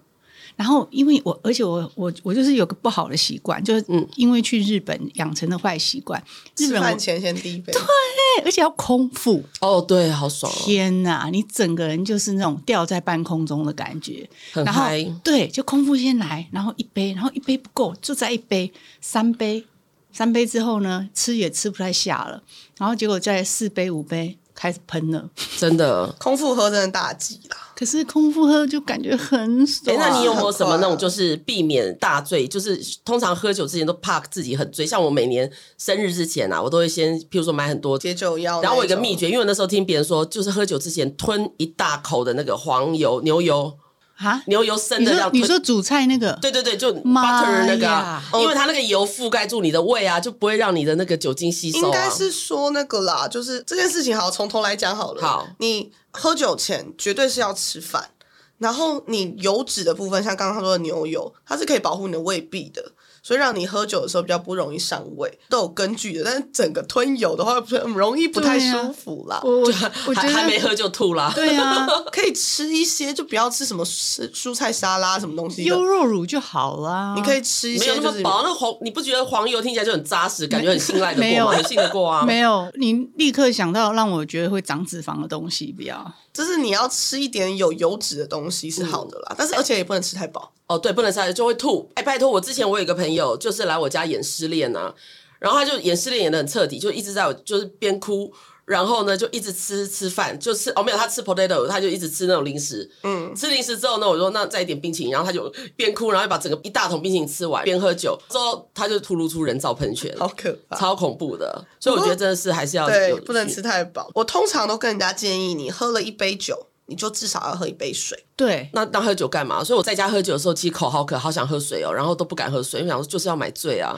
[SPEAKER 3] 然后，因为我，而且我，我，我就是有个不好的习惯，就是
[SPEAKER 2] 嗯
[SPEAKER 3] 因为去日本养成的坏习惯。日
[SPEAKER 4] 吃
[SPEAKER 3] 本我，
[SPEAKER 4] 饭前先 第一杯，
[SPEAKER 3] 哎而且要空腹，
[SPEAKER 2] 哦，对，好爽哦，
[SPEAKER 3] 天哪，你整个人就是那种吊在半空中的感觉。
[SPEAKER 2] 很
[SPEAKER 3] 然后
[SPEAKER 2] 嗨，
[SPEAKER 3] 对，就空腹先来，然后一杯，然后一杯不够，就再一杯，三杯，三杯之后呢，吃也吃不太下了，然后结果再四杯五杯开始喷了。
[SPEAKER 2] 真的。
[SPEAKER 4] 空腹喝真的大忌啦。
[SPEAKER 3] 可是空腹喝就感觉很
[SPEAKER 2] 哎、
[SPEAKER 3] 爽。
[SPEAKER 2] 那你有没有
[SPEAKER 4] 很
[SPEAKER 2] 什么
[SPEAKER 4] 快
[SPEAKER 2] 那种
[SPEAKER 4] 啊
[SPEAKER 2] 就是避免大醉？就是通常喝酒之前都怕自己很醉，像我每年生日之前啊，我都会先，譬如说买很多
[SPEAKER 4] 解酒药那种，
[SPEAKER 2] 然后我有一个秘诀，因为我那时候听别人说，就是喝酒之前吞一大口的那个黄油、牛油、
[SPEAKER 3] 啊？
[SPEAKER 2] 牛油生
[SPEAKER 3] 你
[SPEAKER 2] 的这
[SPEAKER 3] 说
[SPEAKER 2] 样
[SPEAKER 3] 你
[SPEAKER 2] 吞。
[SPEAKER 3] 说煮菜那个？
[SPEAKER 2] 对对对，就
[SPEAKER 3] 妈
[SPEAKER 2] butter 那个啊、
[SPEAKER 3] 呀
[SPEAKER 2] 因为它那个油覆盖住你的胃啊，就不会让你的那个酒精吸收、啊。
[SPEAKER 4] 应该是说那个啦，就是这件事情好，从头来讲好了。
[SPEAKER 2] 好
[SPEAKER 4] 你喝酒前绝对是要吃饭，然后你油脂的部分，像刚刚他说的牛油，它是可以保护你的胃壁的。所以让你喝酒的时候比较不容易上胃，都有根据的。但是整个吞油的话，很容易不太
[SPEAKER 3] 对啊
[SPEAKER 4] 舒服啦。
[SPEAKER 3] 我我我觉
[SPEAKER 2] 还还没
[SPEAKER 3] 得
[SPEAKER 2] 喝就吐啦。
[SPEAKER 3] 对啊，
[SPEAKER 4] 可以吃一些，就不要吃什么蔬蔬菜沙拉什么东西的
[SPEAKER 3] 优酪乳就好啦。
[SPEAKER 4] 你可以吃一
[SPEAKER 2] 啊没有
[SPEAKER 4] 些
[SPEAKER 2] 那
[SPEAKER 4] 就
[SPEAKER 2] 么
[SPEAKER 4] 是
[SPEAKER 2] 薄，那黄你不觉得黄油听起来就很扎实，感觉很信赖的
[SPEAKER 3] 没
[SPEAKER 2] 过吗？
[SPEAKER 3] 有
[SPEAKER 2] 很信得过啊。
[SPEAKER 3] 没有，你立刻想到让我觉得会长脂肪的东西，不要。
[SPEAKER 4] 就是你要吃一点有油脂的东西是好的
[SPEAKER 2] 嗯
[SPEAKER 4] 啦，但是而且也不能吃太饱。
[SPEAKER 2] 哦，对，不能撒就会吐。哎，拜托，我之前我有一个朋友，就是来我家演失恋啊，然后他就演失恋演的很彻底，就一直在我就是边哭，然后呢就一直吃吃饭，就吃哦没有，他吃 potato，他就一直吃那种零食，嗯，吃零食之后呢，我说那再一点冰淇淋，然后他就边哭，然后又把整个一大桶冰淇淋吃完，边喝酒之后他就吐露出人造喷泉，
[SPEAKER 4] 好可怕！
[SPEAKER 2] 超恐怖的。所以我觉得真的是还是要
[SPEAKER 4] 对
[SPEAKER 2] 有，
[SPEAKER 4] 不能
[SPEAKER 2] 去
[SPEAKER 4] 吃太饱。我通常都跟人家建议，你喝了一杯酒，你就至少要喝一杯水。
[SPEAKER 3] 对，
[SPEAKER 2] 那那喝酒干嘛？所以我在家喝酒的时候，其实口好渴，好想喝水哦，然后都不敢喝水，因为想说就是要买醉啊。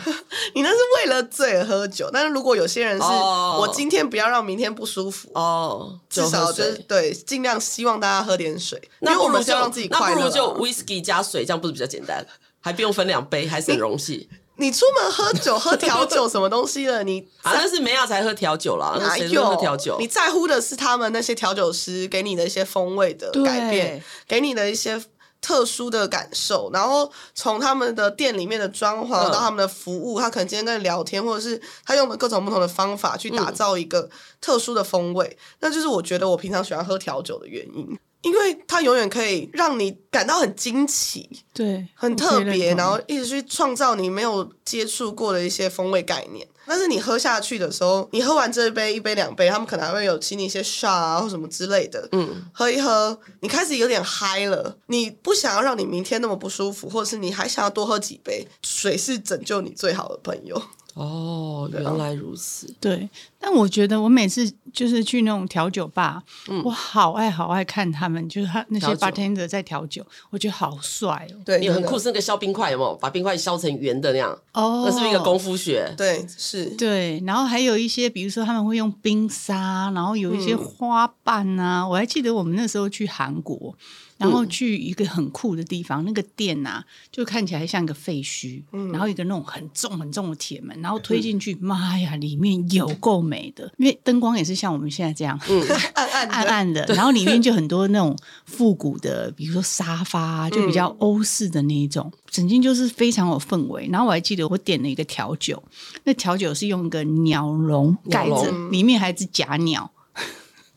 [SPEAKER 4] 你那是为了醉而喝酒，但是如果有些人是、
[SPEAKER 2] 哦
[SPEAKER 4] 我今天不要让明天不舒服，
[SPEAKER 2] 哦，
[SPEAKER 4] 至少就是
[SPEAKER 2] 就
[SPEAKER 4] 对，尽量希望大家喝点水，因
[SPEAKER 2] 那
[SPEAKER 4] 为
[SPEAKER 2] 不
[SPEAKER 4] 我
[SPEAKER 2] 如
[SPEAKER 4] 们
[SPEAKER 2] 就是
[SPEAKER 4] 要让自己
[SPEAKER 2] 那
[SPEAKER 4] 快
[SPEAKER 2] 不
[SPEAKER 4] 乐
[SPEAKER 2] 如
[SPEAKER 4] 啊。
[SPEAKER 2] 就 whisky 加水，这样不是比较简单？还不用分两杯，还省容 器
[SPEAKER 4] 你出门喝酒喝调酒什么东西的，你
[SPEAKER 2] 啊！那是梅亚才喝调酒啦，那
[SPEAKER 4] 哪
[SPEAKER 2] 啊谁都喝
[SPEAKER 4] 有
[SPEAKER 2] 调酒
[SPEAKER 4] 你？在乎的是他们那些调酒师给你的一些风味的
[SPEAKER 3] 对
[SPEAKER 4] 改变，给你的一些特殊的感受，然后从他们的店里面的装潢
[SPEAKER 2] 嗯
[SPEAKER 4] 到他们的服务，他可能今天跟你聊天，或者是他用的各种不同的方法去打造一个特殊的风味，那就是我觉得我平常喜欢喝调酒的原因。因为它永远可以让你感到很惊奇、
[SPEAKER 3] 对，
[SPEAKER 4] 很
[SPEAKER 3] 我
[SPEAKER 4] 特
[SPEAKER 3] 可以认
[SPEAKER 4] 别，
[SPEAKER 3] 同
[SPEAKER 4] 然后一直去创造你没有接触过的一些风味概念。但是你喝下去的时候，你喝完这一杯、一杯、两杯，他们可能还会有请你一些 shot 啊或什么之类的。嗯，喝一喝，你开始有点嗨了，你不想要让你明天那么不舒服，或者是你还想要多喝几杯，水是拯救你最好的朋友。
[SPEAKER 2] 哦，
[SPEAKER 4] 啊
[SPEAKER 2] 原来如此。
[SPEAKER 3] 对，但我觉得我每次就是去那种调酒吧，我好爱好爱看他们，就是他那些
[SPEAKER 2] 嗯调酒
[SPEAKER 3] bartender 在调酒，我觉得好帅哦。
[SPEAKER 4] 对，
[SPEAKER 2] 你很酷，
[SPEAKER 4] 真的
[SPEAKER 2] 是那个削冰块有没有？把冰块削成圆的那样，
[SPEAKER 3] 哦
[SPEAKER 2] 那是不是一个功夫学？
[SPEAKER 4] 对，是
[SPEAKER 3] 对，然后还有一些，比如说他们会用冰沙，然后有一些
[SPEAKER 2] 嗯
[SPEAKER 3] 花瓣啊。我还记得我们那时候去韩国，然
[SPEAKER 2] 嗯
[SPEAKER 3] 后去一个很酷的地方，那个店啊，就看起来像一个废墟，
[SPEAKER 2] 嗯
[SPEAKER 3] 然后一个那种很重很重的铁门，然后推进去，妈呀，里面有够美的，因为灯光也是像我们现在这样，
[SPEAKER 2] 嗯
[SPEAKER 4] 暗暗 的
[SPEAKER 3] 暗暗的，然后里面就很多那种复古的，比如说沙发啊，就比较欧式的那一种，整间就是非常有氛围。然后我还记得我点了一个调酒，那调酒是用一个鸟笼盖
[SPEAKER 2] 鸟
[SPEAKER 3] 着，里面还是假鸟。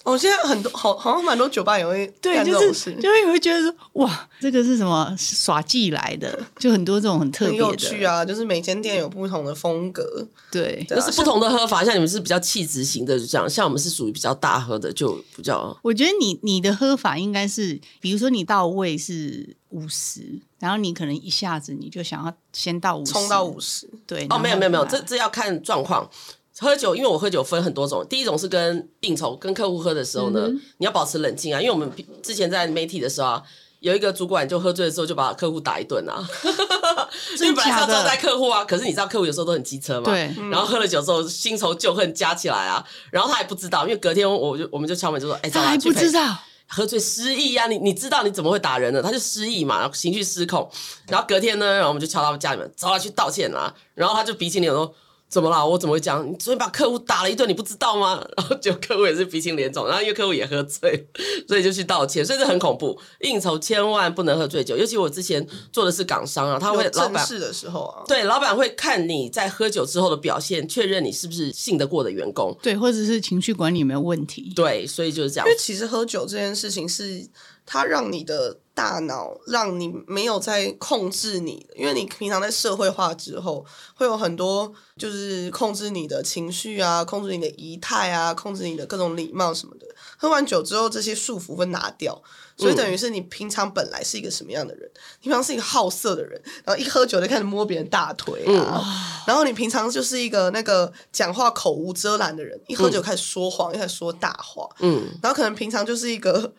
[SPEAKER 4] 我、现在很多好好像蛮多酒吧也会
[SPEAKER 3] 对，
[SPEAKER 4] 干这
[SPEAKER 3] 就
[SPEAKER 4] 种
[SPEAKER 3] 是
[SPEAKER 4] 事，
[SPEAKER 3] 就会会觉得说，哇，这个是什么耍技来的？就很多这种很特
[SPEAKER 4] 很
[SPEAKER 3] 别的，
[SPEAKER 4] 有趣啊，就是每间店有不同的风格。
[SPEAKER 3] 对。
[SPEAKER 4] 对
[SPEAKER 2] 就
[SPEAKER 4] 啊
[SPEAKER 2] 是不同的喝法，像你们是比较气质型的，就这样；像我们是属于比较大喝的，就比较
[SPEAKER 3] 我觉得你你的喝法应该是，比如说你到位是五十，然后你可能一下子你就想要先到五十，
[SPEAKER 4] 冲到五十，
[SPEAKER 3] 对。
[SPEAKER 2] 哦，没有没有没有，这
[SPEAKER 3] 这。
[SPEAKER 2] 这要看状况。喝酒，因为我喝酒分很多种，第一种是
[SPEAKER 3] 嗯
[SPEAKER 2] 跟应酬、跟客户喝的时候呢，你要保持冷静啊，因为我们之前在媒体的时候啊，有一个主管就喝醉的时候就把客户打一顿啊， 因为
[SPEAKER 3] 真
[SPEAKER 2] 本来是
[SPEAKER 3] 假
[SPEAKER 2] 要招待
[SPEAKER 3] 的？
[SPEAKER 2] 客户啊，可是你知道客户有时候都很机车嘛，
[SPEAKER 3] 对，
[SPEAKER 2] 然后喝了酒之后，新仇旧恨加起来啊，然后他还不知道，因为隔天我就我们就敲门就说，哎、
[SPEAKER 3] 他还
[SPEAKER 2] 找
[SPEAKER 3] 不
[SPEAKER 2] 他去陪
[SPEAKER 3] 知道，
[SPEAKER 2] 喝醉失忆啊，你你知道你怎么会打人呢？他就失忆嘛，然后情绪失控，然后隔天呢，然后我们就敲他们家里面，找他去道歉啦，然后他就鼻青脸肿。怎么啦？我怎么会这样？你昨天把客户打了一顿，你不知道吗？ 然后就客户也是鼻青脸肿，然后因为客户也喝醉，所以就去道歉，所以这很恐怖。应酬千万不能喝醉酒，尤其我之前做的是港商啊，他会
[SPEAKER 4] 有
[SPEAKER 2] 老
[SPEAKER 4] 正
[SPEAKER 2] 板
[SPEAKER 4] 式的时候啊，
[SPEAKER 2] 对，老板会看你在喝酒之后的表现，确认你是不是信得过的员工。
[SPEAKER 3] 对，或者是情绪管理有没有问题？
[SPEAKER 2] 对，所以就是这样
[SPEAKER 4] 因为。其实喝酒这件事情是它让你的大脑让你没有在控制你，因为你平常在社会化之后，会有很多就是控制你的情绪啊，控制你的仪态啊，控制你的各种礼貌什么的。喝完酒之后，这些束缚会拿掉，所
[SPEAKER 2] 嗯
[SPEAKER 4] 以等于是你平常本来是一个什么样的人？你平常是一个好色的人，然后一喝酒就开始摸别人大腿啊，
[SPEAKER 2] 嗯
[SPEAKER 4] 然后你平常就是一个那个讲话口无遮拦的人，一喝酒开始说谎，又开始说大话，
[SPEAKER 2] 嗯，
[SPEAKER 4] 然后可能平常就是一个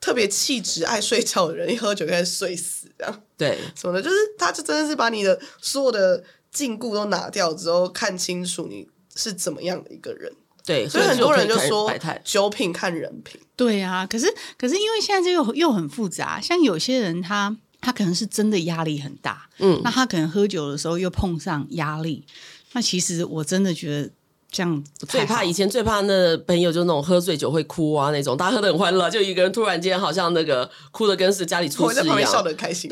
[SPEAKER 4] 特别气质、爱睡觉的人，一喝酒就开始睡死，这样
[SPEAKER 2] 对，
[SPEAKER 4] 什么的，就是他就真的是把你的所有的禁锢都拿掉之后，看清楚你是怎么样的一个人。
[SPEAKER 2] 对，
[SPEAKER 4] 所以很多人就
[SPEAKER 2] 可以
[SPEAKER 4] 说
[SPEAKER 2] 百态，
[SPEAKER 4] 酒品看人品，
[SPEAKER 3] 对啊，可是可是因为现在这又又很复杂，像有些人他他可能是真的压力很大，
[SPEAKER 2] 嗯
[SPEAKER 3] 那他可能喝酒的时候又碰上压力，那其实我真的觉得这样不太
[SPEAKER 2] 最
[SPEAKER 3] 好
[SPEAKER 2] 怕以前最怕那朋友就那种喝醉酒会哭啊那种，大家喝的很欢乐，就一个人突然间好像那个哭的跟是家里出
[SPEAKER 4] 我
[SPEAKER 2] 事
[SPEAKER 4] 在
[SPEAKER 2] 一
[SPEAKER 4] 旁边笑
[SPEAKER 2] 样
[SPEAKER 4] 得。很开心。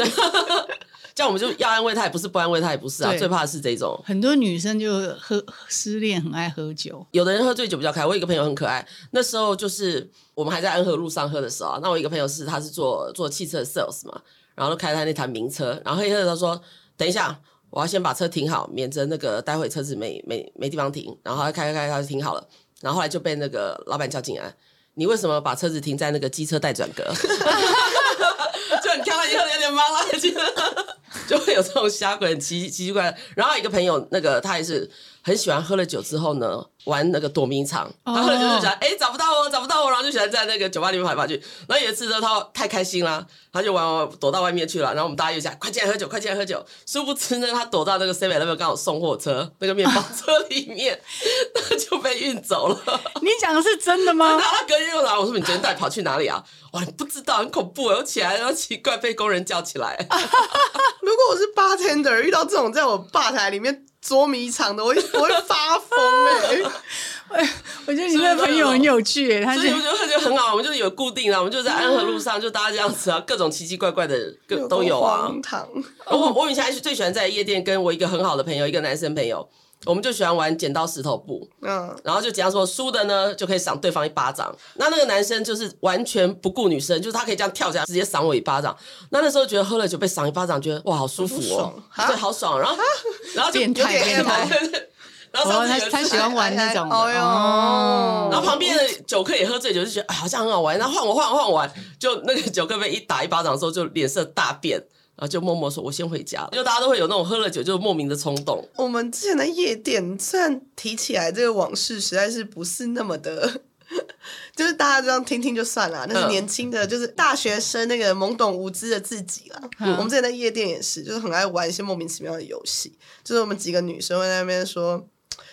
[SPEAKER 2] 这样我们就要安慰他也不是，不安慰他也不是啊，
[SPEAKER 3] 对
[SPEAKER 2] 最怕的是这种。
[SPEAKER 3] 很多女生就喝失恋，很爱喝酒。
[SPEAKER 2] 有的人喝醉酒比较开，我有一个朋友很可爱。那时候就是我们还在安和路上喝的时候啊，那我有一个朋友是他是做做汽车的 sales 嘛，然后就开他那台名车，然后黑黑他说等一下。我要先把车停好，免得那个待会车子没没没地方停。然后他开开开，他就停好了。然后后来就被那个老板叫进来，你为什么把车子停在那个机车待转格？就你看到已经有点忙了，就就会有这种瞎鬼很奇奇奇怪。然后还有一个朋友，那个他也是很喜欢喝了酒之后呢，玩那个躲迷藏。
[SPEAKER 3] 哦
[SPEAKER 2] 他喝了酒就想，哎、找不到我，找不到我，然后就喜欢在那个酒吧里面跑来跑去。然后有一次呢，他太开心啦，他就玩玩玩躲到外面去了。然后我们大家又讲，快进来喝酒，快进来喝酒。殊不知呢，他躲到那个 Seven Eleven 刚好送货车那个面包车里面， 他就被运走了。
[SPEAKER 3] 你讲的是真的吗
[SPEAKER 2] 然？后他隔天又来，我说你昨天到底跑去哪里啊？哇，你不知道，很恐怖。我起来，然后奇怪被工人叫起来，
[SPEAKER 4] 如果我是 bartender，遇到这种在我吧台里面捉迷藏的，我会我会发疯哎、
[SPEAKER 3] 我觉得你那个朋友很有趣耶，他
[SPEAKER 2] 所
[SPEAKER 3] 就
[SPEAKER 2] 以我觉得就很好。我们就是有固定啊，我们就在安和路上，就大家这样子啊，各种奇奇怪怪的各都有啊。
[SPEAKER 4] 荒唐。
[SPEAKER 2] 我我以前还是最喜欢在夜店跟我一个很好的朋友，一个男生朋友，我们就喜欢玩剪刀石头布。
[SPEAKER 4] 嗯，
[SPEAKER 2] 然后就怎样说输的呢，就可以赏对方一巴掌。那那个男生就是完全不顾女生，就是他可以这样跳起来直接赏我一巴掌。那那时候觉得喝了酒被赏一巴掌，觉得哇好舒服
[SPEAKER 4] 很不
[SPEAKER 2] 哦
[SPEAKER 4] 爽，哈
[SPEAKER 2] 对，好爽。然后然后就
[SPEAKER 3] 变态
[SPEAKER 2] 有点
[SPEAKER 4] 变态
[SPEAKER 2] emo 对对对 然后
[SPEAKER 3] 哦，
[SPEAKER 2] 上 次有
[SPEAKER 3] 他
[SPEAKER 2] 一次
[SPEAKER 3] 他喜欢玩那种的，
[SPEAKER 4] 哎哎哎
[SPEAKER 3] 哦
[SPEAKER 4] 哦，
[SPEAKER 2] 然后旁边的酒客也喝醉酒，就觉得、哎、好像很好玩，那换我换我换我玩，就那个酒客被一打一巴掌之后，就脸色大变，然后就默默说：“我先回家了。”就大家都会有那种喝了酒就莫名的冲动，
[SPEAKER 4] 我们之前在夜店，虽然提起来这个往事，实在是不是那么的。 就是大家这样听听就算了，那是
[SPEAKER 2] 嗯
[SPEAKER 4] 年轻的，就是大学生那个懵懂无知的自己啦。
[SPEAKER 3] 嗯
[SPEAKER 4] 我们之前在夜店也是，就是很爱玩一些莫名其妙的游戏。就是我们几个女生会在那边说，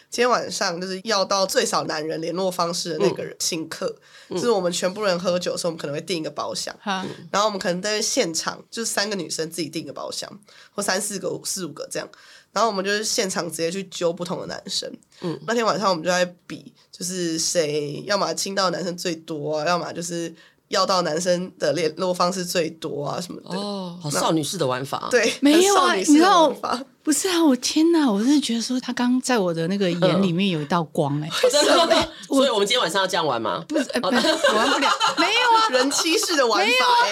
[SPEAKER 4] 今天晚上就是要到最少男人联络方式的那个人请客。就是我们全部人喝酒的时候，我们可能会订一个包厢，
[SPEAKER 3] 哈，
[SPEAKER 4] 然后我们可能在现场，就是三个女生自己订一个包厢，或三四个、四五个这样。然后我们就是现场直接去揪不同的男生。嗯，那天晚上我们就在比，就是谁要么亲到的男生最多、啊，要么就是要到男生的联络方式最多啊什么的。
[SPEAKER 2] 哦，好少女式的玩法。，
[SPEAKER 4] 对，
[SPEAKER 3] 没有啊
[SPEAKER 4] 很少女性
[SPEAKER 3] 你知道
[SPEAKER 4] 的玩法
[SPEAKER 3] 不是啊，我天哪，我真的觉得说他刚在我的那个眼里面有一道光哎，
[SPEAKER 2] 真的。 所以我们今天晚上要这样玩吗？
[SPEAKER 3] 不是，哎不是我玩不了，没有啊。
[SPEAKER 4] 人妻式的玩法，哎、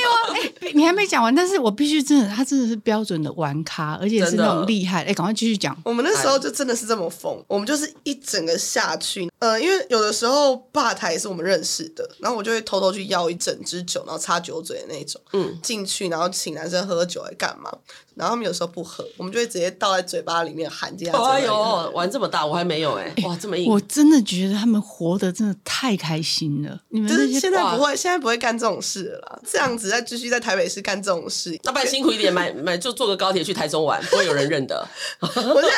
[SPEAKER 3] 有啊，哎、你还没讲完，但是我必须真的，他真的是标准的玩咖，而且是
[SPEAKER 2] 真的
[SPEAKER 3] 那种厉害，
[SPEAKER 2] 呃
[SPEAKER 3] 哎、赶快继续讲，
[SPEAKER 4] 我们那
[SPEAKER 2] 哎
[SPEAKER 4] 时候就真的是这么疯，我们就是一整个下去，呃，因为有的时候吧台是我们认识的，然后我就会偷偷去要一整支酒，然后插酒嘴的那种，
[SPEAKER 2] 嗯
[SPEAKER 4] 进去然后请男生喝酒来干嘛？然后他们有时候不喝，我们就会直接倒在嘴巴里面含进来。
[SPEAKER 2] 哎呦，玩这么大，我还没有哎、哇，这么硬
[SPEAKER 3] 我，真的觉得他们活得真的太开心了。你们
[SPEAKER 4] 就
[SPEAKER 3] 这
[SPEAKER 4] 是
[SPEAKER 3] 些
[SPEAKER 4] 现在
[SPEAKER 2] 哇
[SPEAKER 4] 不会，现在不会干这种事了啦。这样子再继续在台北市干这种事，
[SPEAKER 2] 那不然辛苦一点，买买就坐个高铁去台中玩，不会有人认得。
[SPEAKER 4] 我现在就是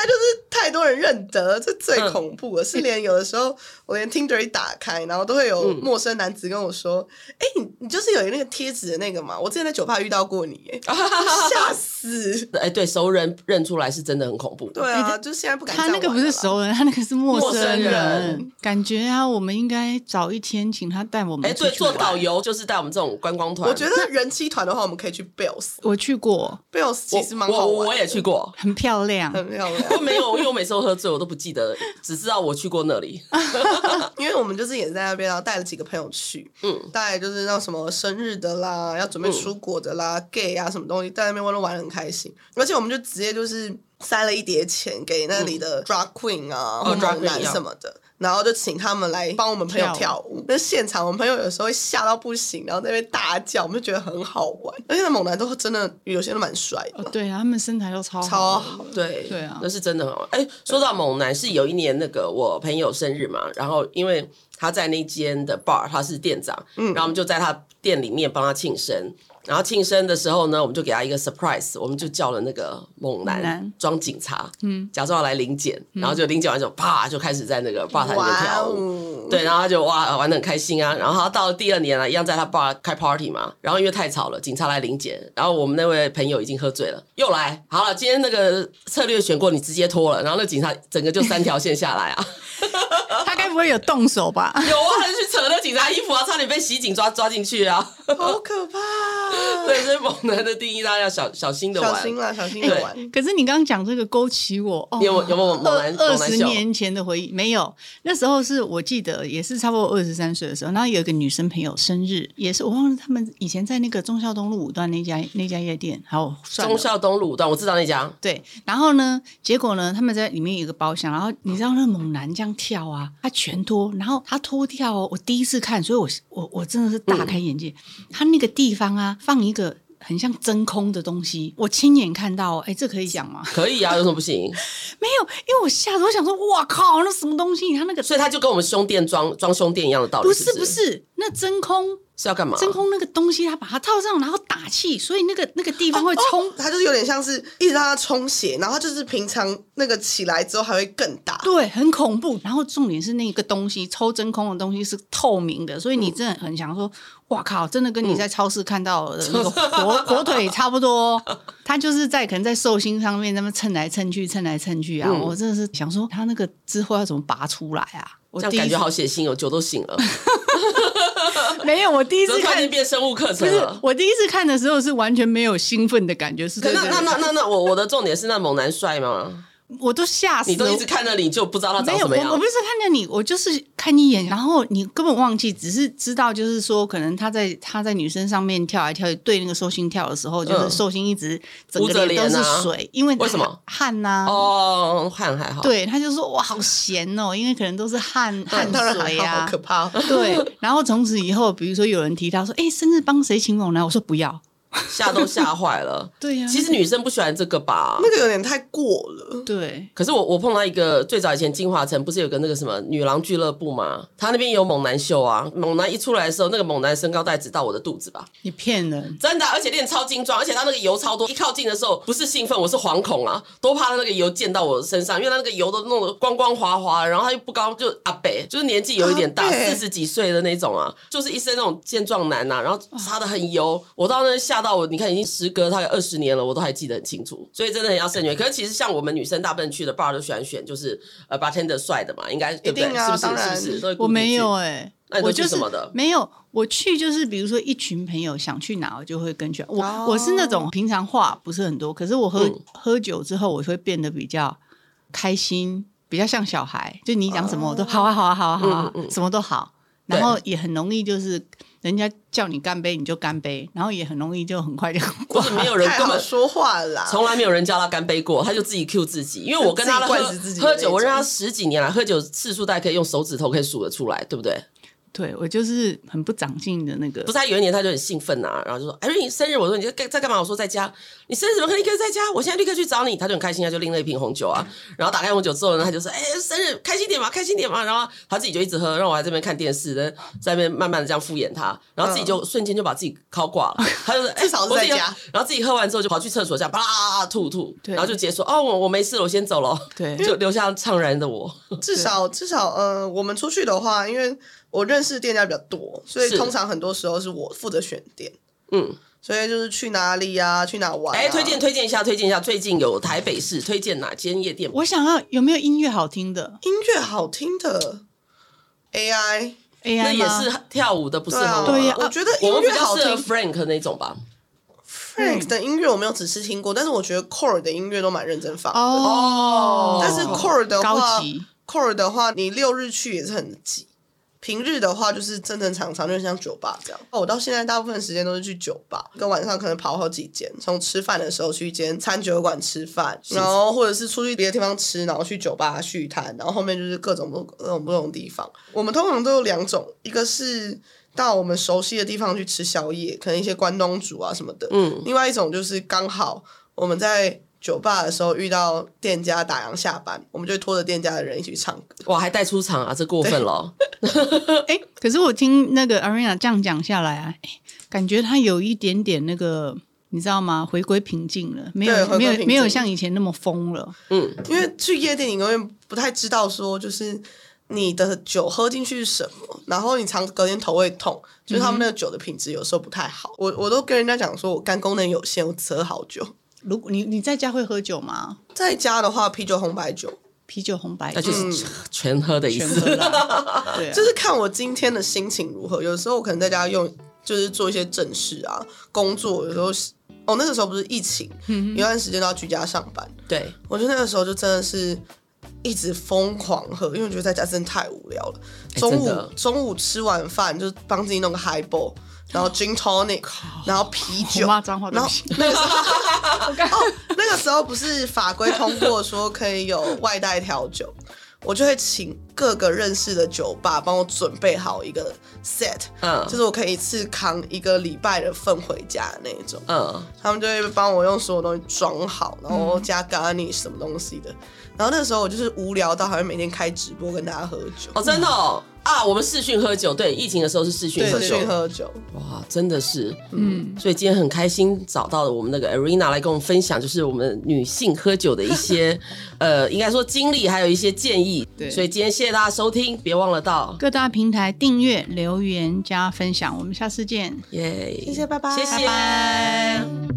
[SPEAKER 4] 太多人认得，这最恐怖的是，连有的时候我连 Tinder 一打开，然后都会有陌生男子跟我说：“哎、你你就是有那个贴纸的那个嘛？我之前在酒吧遇到过你 耶，吓死！
[SPEAKER 2] 哎、对，熟人认出来是真的很恐怖。
[SPEAKER 4] 对啊，就现在不敢。
[SPEAKER 3] 他那个不是，熟人，他那个是陌
[SPEAKER 2] 陌
[SPEAKER 3] 生
[SPEAKER 2] 生
[SPEAKER 3] 人。
[SPEAKER 2] 人
[SPEAKER 3] 感觉啊，我们应该早一天请他带我们
[SPEAKER 2] 哎、
[SPEAKER 3] 出去
[SPEAKER 2] 对，做
[SPEAKER 3] 玩
[SPEAKER 2] 导。游就是带我们这种观光团。
[SPEAKER 4] 我觉得人妻团的话，我们可以去 Bills，Bills
[SPEAKER 3] 我去过，
[SPEAKER 4] 其实蛮
[SPEAKER 2] 我
[SPEAKER 4] 好玩
[SPEAKER 2] 我
[SPEAKER 4] 的
[SPEAKER 2] 我也去，过，
[SPEAKER 3] 很漂亮。
[SPEAKER 4] 很漂
[SPEAKER 2] 我
[SPEAKER 4] 亮。
[SPEAKER 2] 没有，因为我每次都喝醉，我都不记得，只知道我去过那里。
[SPEAKER 4] 因为我们就是也在那边，然后带了几个朋友去，
[SPEAKER 2] 嗯，
[SPEAKER 4] 大概就是那什么生日的啦，要准备出国的啦、g a y 啊什么东西，在那边玩都玩的很开心。而且我们就直接就是塞了一叠钱给那里的 drag queen 啊、或
[SPEAKER 2] 嗯哦
[SPEAKER 4] 猛
[SPEAKER 2] drag queen
[SPEAKER 4] 男
[SPEAKER 2] 要
[SPEAKER 4] 什么的。然后就请他们来帮我们朋友
[SPEAKER 3] 跳舞
[SPEAKER 4] 跳舞。那现场我们朋友有时候会吓到不行，然后在那边大叫，我们就觉得很好玩。而且那猛男都真的有些都蛮帅的
[SPEAKER 3] 哦，，对啊，他们身材都超
[SPEAKER 4] 超
[SPEAKER 3] 的
[SPEAKER 4] 好。
[SPEAKER 2] 对
[SPEAKER 3] 对啊
[SPEAKER 2] 那是真的很好玩。哎、说到猛男，是有一年那个我朋友生日嘛，然后因为他在那间的 bar，他是店长，嗯，然后我们就在他店里面帮他庆生。然后庆生的时候呢，我们就给他一个 surprise，我们就叫了那个猛
[SPEAKER 3] 猛
[SPEAKER 2] 男
[SPEAKER 3] 男嗯
[SPEAKER 2] 装警察，嗯，假装要来领检，然后就领检完之后，啪就开始在那个吧台里面
[SPEAKER 4] 哇
[SPEAKER 2] 跳舞。
[SPEAKER 4] 哦！
[SPEAKER 2] 对，然后他就哇玩的很开心啊。然后他到了第二年了，一样在他爸开 party 嘛。然后因为太吵了，警察来临检。然后我们那位朋友已经喝醉了，又来。好了，今天那个策略选过，你直接脱了。然后那警察整个就三条线下来啊。
[SPEAKER 3] 他该不会有动手吧？
[SPEAKER 2] 有啊，他就去扯那警察衣服啊，差点被袭警抓抓进去啊。
[SPEAKER 4] 哦好可怕、啊！
[SPEAKER 2] 对，所以猛男的定义大家要小小心的
[SPEAKER 4] 小
[SPEAKER 2] 玩。
[SPEAKER 3] 哦
[SPEAKER 4] 心啦，小心
[SPEAKER 2] 对
[SPEAKER 4] 的玩。
[SPEAKER 3] 哎可是你刚刚讲这个勾起我，哦、
[SPEAKER 2] 你有没有有没有猛男
[SPEAKER 3] 二
[SPEAKER 2] 猛
[SPEAKER 3] 二
[SPEAKER 2] 男
[SPEAKER 3] 十
[SPEAKER 2] 秀
[SPEAKER 3] 年前的回忆没有，那时候是我记得也是差不多二十三岁的时候，然后有一个女生朋友生日，也是我忘了他们以前在那个忠孝东路五段那家那家夜店，好算
[SPEAKER 2] 忠
[SPEAKER 3] 了。
[SPEAKER 2] 孝东路五段，我知道那家。
[SPEAKER 3] 对，然后呢？结果呢？他们在里面有一个包厢，然后你知道那猛男这样跳啊，他全脱，然后他脱掉哦，我第一次看，所以我我我真的是大
[SPEAKER 2] 嗯
[SPEAKER 3] 开眼界。他那个地方啊，放一个很像真空的东西，我亲眼看到、哦，哎，这可以讲吗？
[SPEAKER 2] 可以啊，有什么不行？
[SPEAKER 3] 没有，因为我吓得我想说，哇靠，那什么东西？它那个
[SPEAKER 2] 所以他就跟我们胸垫装装胸垫一样的道理，
[SPEAKER 3] 不
[SPEAKER 2] 是
[SPEAKER 3] 是不
[SPEAKER 2] 是
[SPEAKER 3] 是那真空
[SPEAKER 2] 是要干嘛？
[SPEAKER 3] 真空那个东西，它把它套上，然后打气，所以那个那个地方会
[SPEAKER 2] 哦
[SPEAKER 3] 冲。
[SPEAKER 4] 它就是有点像是一直让它充血，然后就是平常那个起来之后还会更大。
[SPEAKER 3] 对，很恐怖。然后重点是那个东西，抽真空的东西是透明的，所以
[SPEAKER 2] 嗯
[SPEAKER 3] 你真的很想说，哇靠，真的跟你在超市看到的那个火、火腿差不多。 它就是在可能在寿星上面那么蹭来蹭去，蹭来蹭去啊！
[SPEAKER 2] 嗯
[SPEAKER 3] 我真的是想说，它那个之后要怎么拔出来啊？我
[SPEAKER 2] 这样
[SPEAKER 3] 第一
[SPEAKER 2] 感觉
[SPEAKER 3] 次
[SPEAKER 2] 好血腥哦，酒都醒了。
[SPEAKER 3] 没有，我第一
[SPEAKER 2] 怎
[SPEAKER 3] 次
[SPEAKER 2] 么突然
[SPEAKER 3] 看
[SPEAKER 2] 间变生物课
[SPEAKER 3] 不
[SPEAKER 2] 程
[SPEAKER 3] 是
[SPEAKER 2] 了？
[SPEAKER 3] 我第一次看的时候是完全没有兴奋的感觉，是
[SPEAKER 2] 啊可
[SPEAKER 3] 真
[SPEAKER 2] 那
[SPEAKER 3] 的，
[SPEAKER 2] 那那那那我我的重点是那猛男帅吗？
[SPEAKER 3] 我都吓死了。
[SPEAKER 2] 你都一直看那里，你就不知道他长
[SPEAKER 3] 没有，
[SPEAKER 2] 什么
[SPEAKER 3] 我我
[SPEAKER 2] 样
[SPEAKER 3] 不。是看见你，我就是看一眼，然后你根本忘记，只是知道就是说，可能他在他在女生上面跳来跳去，对那个寿星跳的时候，就是寿星一直
[SPEAKER 2] 嗯
[SPEAKER 3] 整
[SPEAKER 2] 捂着
[SPEAKER 3] 个脸都
[SPEAKER 2] 脸
[SPEAKER 3] 是
[SPEAKER 2] 啊
[SPEAKER 3] 水，因为
[SPEAKER 2] 为什么
[SPEAKER 3] 汗呐、
[SPEAKER 2] 哦，看还好。，
[SPEAKER 3] 对，他就说哇，好咸哦，因为可能都 是汗汗
[SPEAKER 4] 当然还
[SPEAKER 3] 水
[SPEAKER 4] 好，
[SPEAKER 2] 啊
[SPEAKER 3] 呀、
[SPEAKER 4] 好可怕、哦。
[SPEAKER 3] 对，然后从此以后，比如说有人提到说，哎、生日帮谁请猛男，我说不要。。
[SPEAKER 2] 吓都吓坏了
[SPEAKER 3] 对呀啊
[SPEAKER 2] 其实女生不喜欢这个吧？
[SPEAKER 4] 那个有点太过了，
[SPEAKER 3] 对，
[SPEAKER 2] 可是我我碰到一个最早以前金华城不是有个那个什么女郎俱乐部嘛，他那边有猛男秀啊，猛男一出来的时候，那个猛男身高带只到我的肚子吧，
[SPEAKER 3] 你骗人。
[SPEAKER 2] 真的，而且练超精壮，而且他那个油超多，一靠近的时候不是兴奋，我是惶恐啊，多怕他那个油溅到我身上，因为他那个油都弄得光光滑滑的，然后他又不高，就阿北，就是年纪有一点大，
[SPEAKER 4] 阿伯
[SPEAKER 2] 四十几岁的那种啊，就是一身那种健壮男啊呐、然后擦的很油，我到那吓到我，你看已经时隔大概二十年了，我都还记得很清楚，所以真的很要慎选。可是其实像我们女生大部分去的 bar 都喜欢选就是呃 bartender 帅的嘛，应该对不对？
[SPEAKER 4] 一定啊
[SPEAKER 2] 是不是？
[SPEAKER 4] 当然
[SPEAKER 2] 是不是？都会
[SPEAKER 3] 我没有
[SPEAKER 2] 固定去。
[SPEAKER 3] 哎、
[SPEAKER 2] 那你都
[SPEAKER 3] 我
[SPEAKER 2] 去
[SPEAKER 3] 就是
[SPEAKER 2] 什么的
[SPEAKER 3] 没有，我去就是比如说一群朋友想去哪，我就会跟去。我、
[SPEAKER 4] 哦
[SPEAKER 3] 我是那种平常话不是很多，可是我喝、
[SPEAKER 2] 嗯
[SPEAKER 3] 喝酒之后，我会变得比较开心，比较像小孩。就你讲什么我都、好啊好啊好啊好啊，
[SPEAKER 2] 哦嗯嗯嗯
[SPEAKER 3] 什么都好。
[SPEAKER 2] 对
[SPEAKER 3] 然后也很容易就是人家叫你干杯你就干杯，然后也很容易就很快 就
[SPEAKER 2] 不
[SPEAKER 3] 过
[SPEAKER 2] 是没有人
[SPEAKER 4] 太
[SPEAKER 2] 根
[SPEAKER 4] 好
[SPEAKER 2] 本
[SPEAKER 4] 说话了啦。
[SPEAKER 2] 从来没有人叫他干杯过，他就自己 Q 自己。因为我跟他喝
[SPEAKER 4] 自己灌死自己的
[SPEAKER 2] 喝
[SPEAKER 4] 那
[SPEAKER 2] 酒，我
[SPEAKER 4] 种
[SPEAKER 2] 认识他十几年来，喝酒次数大概可以用手指头可以数得出来，对不对？
[SPEAKER 3] 对我就是很不长进的那个，
[SPEAKER 2] 不是他有一年他就很兴奋呐、然后就说：“哎艾瑞，你生日？”我说：“你在干在干嘛？”我说：“在家。”你生日怎么可能一个人在家？我现在立刻去找你。他就很开心，他就拎了一瓶红酒啊，然后打开红酒之后呢，他就说：“哎、生日开心点嘛，开心点嘛。”然后他自己就一直喝，让我在这边看电视，在在那边慢慢的这样敷衍他，然后自己就瞬间就把自己烤挂了。他就是哎，
[SPEAKER 4] 嗯 至少是
[SPEAKER 2] 我
[SPEAKER 4] 在
[SPEAKER 2] 自己喝
[SPEAKER 4] 家，
[SPEAKER 2] 然后自己喝完之后就跑去厕所，这样啪啦啦啦吐吐，
[SPEAKER 3] 对
[SPEAKER 2] 然后就直接说：“哦，我我没事了，我先走了。”
[SPEAKER 3] 对
[SPEAKER 2] 就留下怅然的我。
[SPEAKER 4] 至少至少，呃，我们出去的话，因为我认识店家比较多，所以
[SPEAKER 2] 是
[SPEAKER 4] 通常很多时候是我负责选店，
[SPEAKER 2] 嗯，
[SPEAKER 4] 所以就是去哪里啊，去哪玩、啊。
[SPEAKER 2] 哎、推荐推荐一下，推荐一下，最近有台北市推荐哪间夜店？
[SPEAKER 3] 我想要有没有音乐好听的
[SPEAKER 4] 音乐好听的 AI，
[SPEAKER 3] AI
[SPEAKER 2] 那也
[SPEAKER 3] 吗
[SPEAKER 2] 是跳舞的，不适
[SPEAKER 4] 对
[SPEAKER 2] 合
[SPEAKER 4] 啊，
[SPEAKER 2] 我。
[SPEAKER 3] 对呀
[SPEAKER 4] 我觉得音
[SPEAKER 2] 我们
[SPEAKER 4] 乐
[SPEAKER 2] 比较
[SPEAKER 4] 好
[SPEAKER 2] 适合
[SPEAKER 4] 听。
[SPEAKER 2] Frank 那种吧。嗯
[SPEAKER 4] Frank 的音乐我没有仔细听过，但是我觉得 Core 的音乐都蛮认真放的。
[SPEAKER 3] 哦，
[SPEAKER 4] 但是 Core 的
[SPEAKER 3] 高
[SPEAKER 4] 话
[SPEAKER 3] 级
[SPEAKER 4] ，Core 的话，你六日去也是很挤。平日的话，就是正正常常，就像酒吧这样。哦我到现在大部分时间都是去酒吧，跟晚上可能跑好几间。从吃饭的时候去一间餐酒馆吃饭，然后或者是出去别的地方吃，然后去酒吧续摊，然后后面就是各种不各种不同的地方。我们通常都有两种，一个是到我们熟悉的地方去吃宵夜，可能一些关东煮啊什么的。
[SPEAKER 2] 嗯，
[SPEAKER 4] 另外一种就是刚好我们在酒吧的时候遇到店家打烊下班，我们就会拖着店家的人一起去唱歌。
[SPEAKER 2] 哇，还带出场啊，这过分了哦。
[SPEAKER 3] 哎，可是我听那个 Arena 这样讲下来啊，哎，感觉他有一点点那个，你知道吗？回归平静了，没
[SPEAKER 4] 对
[SPEAKER 3] 有
[SPEAKER 4] 回归
[SPEAKER 3] 没
[SPEAKER 4] 平
[SPEAKER 3] 有
[SPEAKER 4] 静
[SPEAKER 3] 没有像以前那么疯了。
[SPEAKER 2] 嗯，
[SPEAKER 4] 因为去夜店，你永远不太知道说就是你的酒喝进去是什么，然后你常隔天头会痛，就是他们那个酒的品质有时候不太好。我我都跟人家讲说我肝功能有限，我只喝好酒。
[SPEAKER 3] 如果你你在家会喝酒吗？
[SPEAKER 4] 在家的话，啤酒、红白酒，
[SPEAKER 3] 啤酒、红白
[SPEAKER 2] 那
[SPEAKER 3] 酒
[SPEAKER 2] 就。是
[SPEAKER 4] 嗯
[SPEAKER 2] 全喝的意
[SPEAKER 3] 全
[SPEAKER 2] 思。
[SPEAKER 3] 喝啦，对啊、
[SPEAKER 4] 就是看我今天的心情如何。有时候我可能在家用，就是做一些正事啊，工作。有时候是哦，那个时候不是疫情，
[SPEAKER 2] 嗯
[SPEAKER 4] 有段时间都要居家上班。
[SPEAKER 2] 对，
[SPEAKER 4] 我觉得那个时候就真的是一直疯狂喝，因为我觉得在家真的太无聊了。中午、
[SPEAKER 2] 哎真的
[SPEAKER 4] 中午吃完饭就帮自己弄个 high ball，然后 gin tonic，然后啤酒
[SPEAKER 3] 我，骂脏话对
[SPEAKER 4] 然
[SPEAKER 3] 不
[SPEAKER 4] 后
[SPEAKER 3] 起
[SPEAKER 4] 那个时候哦，那个时候不是法规通过说可以有外带调酒，我就会请各个认识的酒吧帮我准备好一个 set，
[SPEAKER 2] 嗯
[SPEAKER 4] 就是我可以一次扛一个礼拜的份回家的那一种。
[SPEAKER 2] 嗯，
[SPEAKER 4] 他们就会帮我用所有东西装好，然后加 garnish 什么东西的。然后那时候我就是无聊到，还会每天开直播跟大家喝酒，
[SPEAKER 2] 哦，真的哦啊，我们视讯喝酒，对，疫情的时候是视讯
[SPEAKER 4] 对，
[SPEAKER 2] 喝
[SPEAKER 4] 去
[SPEAKER 2] 酒。
[SPEAKER 4] 喝酒。
[SPEAKER 2] 哇，真的是，
[SPEAKER 3] 嗯，
[SPEAKER 2] 所以今天很开心找到了我们那个 Arena 来跟我们分享，就是我们女性喝酒的一 些呃，应该说经历，还有一些建议。
[SPEAKER 3] 对
[SPEAKER 2] 所以今天谢谢大家收听，别忘了到
[SPEAKER 3] 各大平台订阅、留言、加分享，我们下次见。
[SPEAKER 2] 耶，
[SPEAKER 4] 谢谢，拜拜，
[SPEAKER 2] 谢谢。
[SPEAKER 3] 拜拜